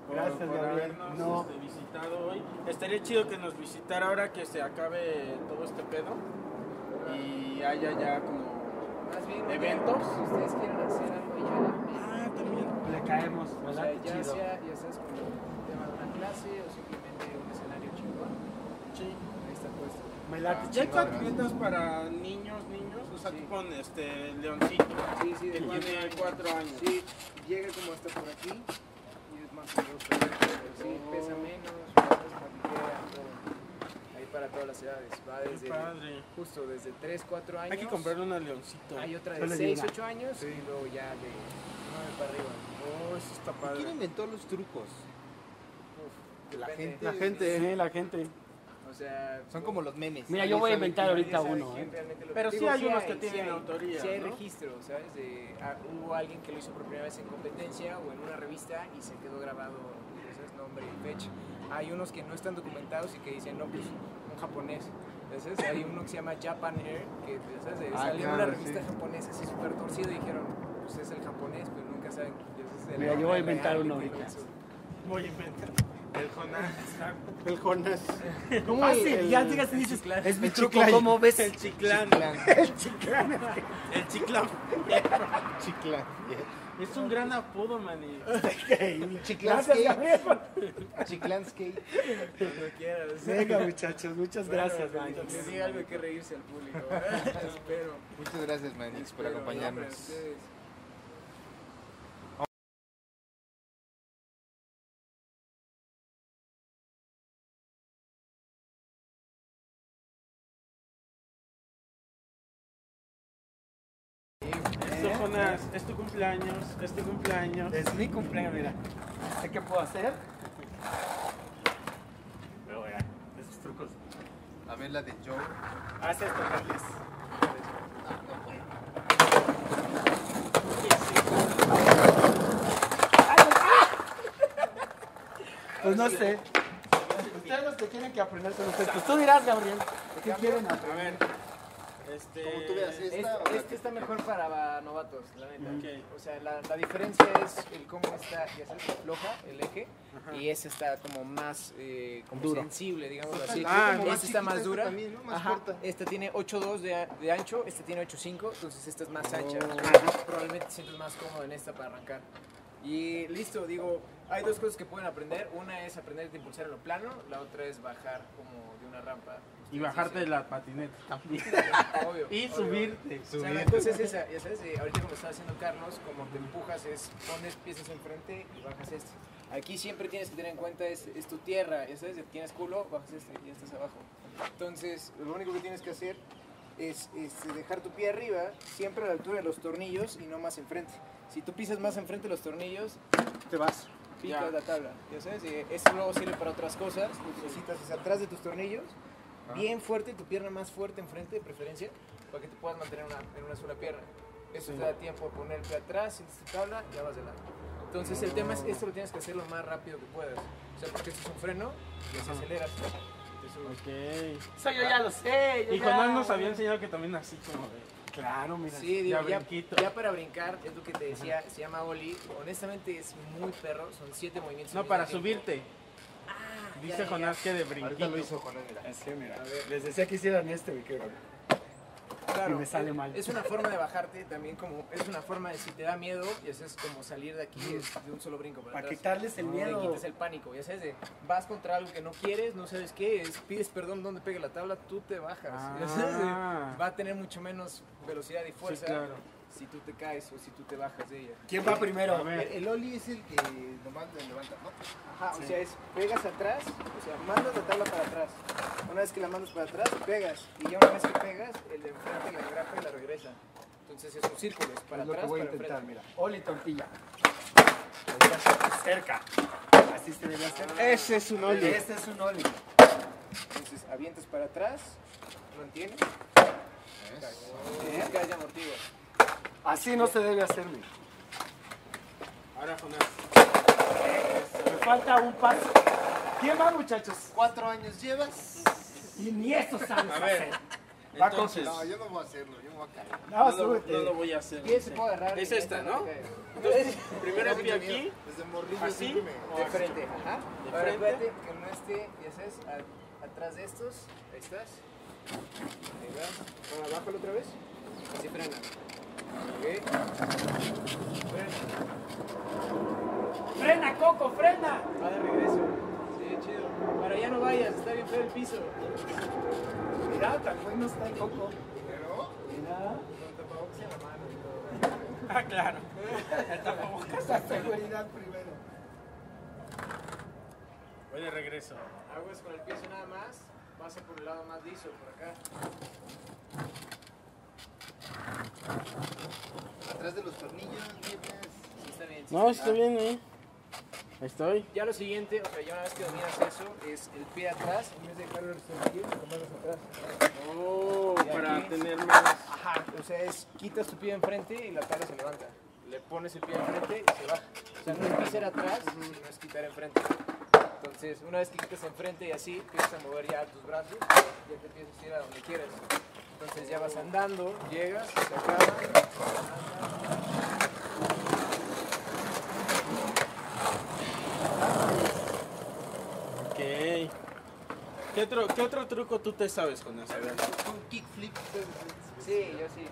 G: por-
I: Gracias,
G: por,
I: Gabriel.
G: habernos
I: No.
G: este, visitado hoy. Estaría chido que nos visitara ahora que se acabe todo este pedo y haya ya como
H: Más bien,
G: eventos.
H: ustedes quieren hacer algo ya.
G: Ah, también.
I: Le caemos,
H: O
I: ¿verdad?
H: sea,
I: Qué
H: ya
I: chido.
H: sea, ya sabes, como un tema de una clase o simplemente un escenario chingón.
G: Sí.
H: Ahí está puesto.
I: Me late
G: Ya hay
I: chingón.
G: patinetas para niños, niños, o sea,
H: Sí.
G: tú con este leoncito.
H: Sí, sí, de
G: que
H: cuatro
G: tiene
H: años.
G: cuatro años.
H: Sí, llega como hasta por aquí y es más jugoso. Sí, pesa menos, es patiquera, todo. Ahí para todas las edades. Va
G: Qué
H: desde
G: padre.
H: justo desde 3, 4 años.
G: Hay que comprarle una leoncito.
H: Hay otra
I: Yo
H: de
I: le
H: 6,
I: digo.
H: 8 años y luego ya de 9 para arriba.
G: Oh, eso está padre.
F: ¿Quién inventó los trucos? La
H: Depende.
F: gente.
I: La gente, sí, la gente.
H: O sea,
F: Son como los memes.
I: Mira, yo voy a inventar ahorita uno. ¿eh?
G: Pero sí hay unos que tienen autoría,
H: autoría. Sí hay
G: ¿no?
H: registro, ¿sabes? De, ah, hubo alguien que lo hizo por primera vez en competencia o en una revista y se quedó grabado, ¿sabes? Nombre y fecha. Hay unos que no están documentados y que dicen, no, pues, un japonés. Entonces pues,
I: Ah,
H: hay uno que se llama Japan Air, que ¿sabes? De- salió en una revista japonesa así súper torcido y dijeron, pues es el japonés, pero nunca saben quién es el
I: Mira, yo voy a
H: real
I: inventar
H: que
I: uno
H: tiene
I: ahorita.
H: eso.
I: Voy a inventar.
H: El Jonás.
I: El Jonas.
C: ¿Cómo
I: Fácil,
C: el- el-
I: ya digas dices. Es mi
C: El
I: truco,
C: chiclán.
I: ¿cómo ves? El chiclán. El chiclán. El chiclán.
A: Chicla.
I: Es un gran apodo, maní.
A: Chiclansky. Chiclansky.
H: Cuando quieras.
I: Venga, muchachos, muchas gracias,
H: Bueno,
I: Manny.
H: Que diga algo que reírse al público. Espero.
F: Muchas gracias, Manix, por
H: espero,
F: acompañarnos.
H: no, pero ustedes-
I: Eso, Jonas, es tu cumpleaños, es tu cumpleaños.
A: Es mi cumpleaños, mira.
I: ¿Qué puedo hacer? Pero mira, esos trucos.
F: A ver la de Joe.
I: Haz esto, Carles. Pues no sé. Ustedes los que tienen que aprender son ustedes. Pues tú dirás, Gabriel, ¿qué quieren aprender? A ver. Este...
F: Como tú veas, esta
H: Es-
F: o la
H: este
F: que-
H: está mejor para novatos, la neta.
I: Ok.
H: O sea, la, la diferencia es el cómo está, ya sabes, floja el eje, y ese está como más eh, como sensible, digamos así.
I: Ah,
H: Este
I: como
H: está más dura.
F: también, ¿no? Más
H: Ajá.
F: corta.
H: Esta tiene 8.2 de, de ancho, este tiene 8.5, entonces esta es más ancha.
F: Oh.
H: Probablemente te sientes más cómodo en esta para arrancar. Y listo, digo, hay dos cosas que pueden aprender. Una es aprender a impulsar en lo plano, la otra es bajar como de una rampa.
I: Y bajarte de la patineta también.
H: Obvio,
I: Y
H: obvio.
I: subirte.
H: O sea, la cosa es esa, ya sabes, eh, ahorita como estaba haciendo Carlos, como te empujas es pones piezas enfrente y bajas este. Aquí siempre tienes que tener en cuenta es, es tu tierra, ya sabes, si tienes culo, bajas este y ya estás abajo. Entonces, lo único que tienes que hacer es, este, dejar tu pie arriba, siempre a la altura de los tornillos y no más enfrente. Si tú pisas más enfrente de los tornillos,
I: Te vas.
H: picas
I: Ya.
H: la tabla, ya sabes, eh, eso luego sirve para otras cosas, necesitas es atrás de tus tornillos, bien fuerte, tu pierna más fuerte enfrente de preferencia, para que te puedas mantener una- en una sola pierna. Eso te da tiempo a poner el pie atrás, sientes tu tabla, ya vas de lado. Entonces el tema es, esto lo tienes que hacer lo más rápido que puedas, o sea, porque esto es un freno y se acelera. Entonces,
I: Ok.
J: Eso yo ya lo sé. yo
I: Y
J: ya-
I: Jonás nos había enseñado que también así como de. Claro, mira.
H: Sí, digo, ya,
I: brinquito.
H: ya para brincar, es lo que te decía, se llama Oli, honestamente es muy perro, son siete movimientos.
I: No,
H: al
I: para
H: mismo tiempo.
I: subirte.
H: ya,
I: Dice
H: ya.
I: Jonás que de brinquito.
F: Jonás, mira.
I: Es que mira,
H: A ver.
I: les decía que hicieran este, mi querido.
H: Claro,
I: Y me sale
H: es-
I: mal.
H: Es una forma de bajarte también como es una forma de si te da miedo y es como salir de aquí es de un solo brinco para,
I: Para
H: atrás.
I: quitarles el
H: No,
I: miedo.
H: Le quites el pánico, ya sabes, de, vas contra algo que no quieres, no sabes qué, es, pides perdón donde pegue la tabla, tú te bajas. ya sabes, de,
I: Ah.
H: va a tener mucho menos velocidad y fuerza
I: claro.
H: si tú te caes o si tú te bajas de ella.
I: ¿Quién va primero? A
F: El,
I: ver.
F: el Oli es el que nomás le levanta, ¿no?
H: Ajá, o sea, es pegas atrás, o sea, mandas la tabla para atrás. Una vez que la mandas para atrás, pegas. Y ya una vez que pegas, el de enfrente la agarra y la regresa. Entonces es un círculo, es para
F: Es lo
H: atrás,
F: que voy a
H: para
F: intentar,
H: enfrente.
F: mira.
I: Oli tortilla.
A: Cerca. Así se debe hacer. Ese es un Oli.
F: Este es un Oli.
H: Entonces avientas para atrás, mantienes. Caes. Caes y amortiguas.
A: Así no se debe hacer, mira.
I: Ahora Jonás. Me falta un paso. ¿Quién va, muchachos?
F: Cuatro años llevas.
I: Y ni eso sabes
J: A ver,
I: hacer. Va con-
J: entonces.
F: No, yo no voy a hacerlo, yo me voy a caer.
I: No,
J: no lo,
I: súbete.
J: no lo voy a hacer.
H: Y ese puedo agarrar.
J: Es
H: y
J: esta, ¿no?
H: te cae.
J: Entonces, primero fui aquí.
F: Desde morrillo
J: ¿Así?
F: siempre me...
H: De frente, ajá.
J: De
H: Ahora
J: frente.
H: acuérdate que no esté, ya sabes, a- atrás de estos. Ahí estás. Ahí vas. Ahora bájalo otra vez. Así frena. Ok. Frena.
I: ¡Frena, Coco, frena!
H: Va de regreso. Sí, chido. Para allá no vayas, está bien feo el piso.
I: Mira, tan bueno está el Coco. Mira.
H: Con tapabocas en la mano y todo.
I: Ah, claro.
F: Seguridad primero.
I: Voy de regreso.
H: Aguas con el piso nada más, pasa por el lado más liso, por acá.
F: Atrás de los tornillos, llevas.
H: Sí, está bien. sí
J: No,
H: está
J: está bien, ¿eh? Ahí estoy.
H: Ya lo siguiente, o sea, ya una vez que dominas eso, es el pie atrás, en vez de dejarlo en los tobillos, tomarlos atrás.
J: Oh,
H: Y
J: para
H: aquí.
J: tener más.
H: Ajá, o sea, es quitas tu pie enfrente y la tabla se levanta. Le pones el pie enfrente y se baja. O sea, no es pisar atrás, sino es quitar enfrente. Entonces, una vez que quitas enfrente y así, empiezas a mover ya tus brazos, ya te empiezas a ir a donde quieres. Entonces ya vas andando, llegas, se acaba, andas,
G: ¿Qué otro, qué otro truco tú te sabes con eso?
E: Un kickflip.
H: Sí, yo sí.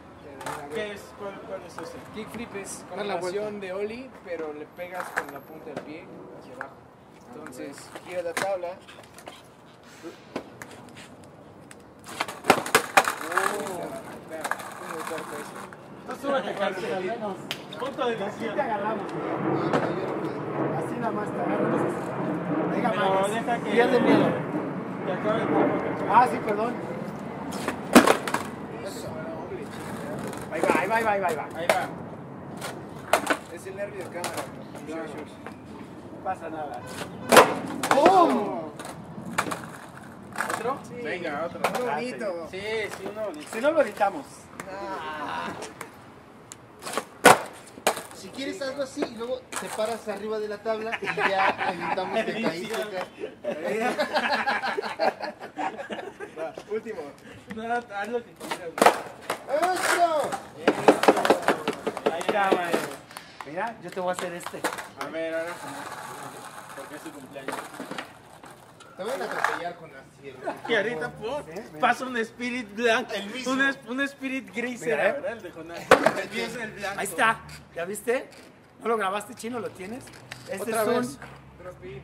G: ¿Qué es? ¿Cuál, cuál es ese?
H: Kickflip es
K: Dar la
H: combinación de ollie, pero le pegas con la punta del pie hacia abajo.
G: Ah,
H: Entonces, giras la tabla. Muy corto eso.
G: Tú súbete, Carlos. al menos. Punto de visión.
E: Así nada más te agarras. Venga,
G: Pero
E: Max.
G: deja que...
E: Pierde miedo.
G: Que acabe el juego.
E: Ah, sí, perdón. Ahí va, ahí va, ahí va, ahí va, ahí va.
G: Ahí va.
H: Es el nervio de cámara.
G: No pasa nada.
E: ¿Otro?
G: Venga, otro.
H: Muy bonito.
G: Sí, sí, uno bonito.
E: Si no lo editamos. Si quieres hazlo así y luego te paras arriba de la tabla y ya evitamos que caíste.
H: Último.
G: No, haz lo que quieras.
E: ¡Eso!
G: Ahí está, maestro.
E: Mira, yo te voy a hacer este.
G: A ver, ahora. Porque es su cumpleaños.
E: Te van a atropellar con la
G: Que ahorita po, pasa un spirit blanco. Un, es- un spirit gris
E: Mira,
G: era,
E: eh.
G: ¿verdad? El de Jonás. Es el blanco.
E: Ahí está. ¿Ya viste? ¿No lo grabaste chino? ¿Lo tienes? Este es un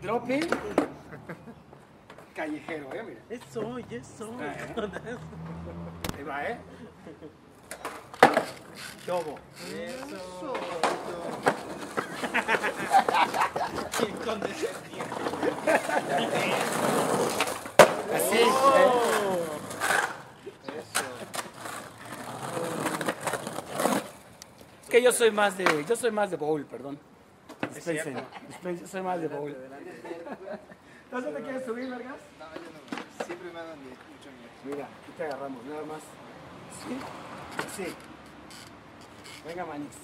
E: dropping callejero, eh, mira.
G: Eso, eso.
E: Ahí va, eh. Dobo. Así. eh. Es que yo soy más de, yo soy más de bowl, perdón. Dispensen, dispensen, yo soy más de bowl. ¿Tú te quieres subir, vergas?
H: Siempre me dan mucho miedo.
E: Mira, aquí te agarramos, nada más. Sí, sí. Venga, Manix.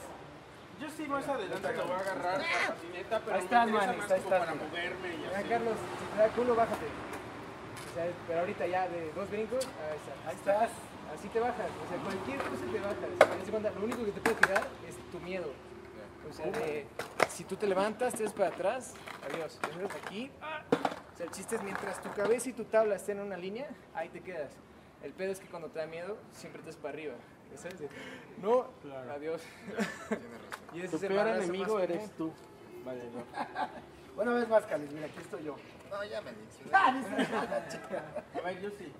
G: Yo sí más adelante lo voy a agarrar la patineta, pero
E: Ahí
G: me
E: estás, Manix,
G: interesa más
E: ahí
G: como
E: estás,
G: para
E: mira.
G: moverme y
H: Mira,
G: así.
H: Carlos, si te da culo, bájate. O sea, pero ahorita ya de dos brincos, ahí está.
E: Ahí estás.
H: Así te bajas, o sea, cualquier cosa te bajas. Haz de cuenta, Lo único que te puede quedar es tu miedo. O sea, de- si tú te levantas, te vas para atrás, adiós. Te quedas aquí. O sea, el chiste es mientras tu cabeza y tu tabla estén en una línea, ahí te quedas. El pedo es que cuando te da miedo, siempre te vas para arriba. Ya ¿Sabes? De, No, adiós. Y ese
G: Tu
H: es el
G: peor
H: madrazo más
G: enemigo
H: común.
G: eres tú. Vale, no.
E: Una vez más, Cali, mira, aquí estoy yo.
G: A ver, yo sí.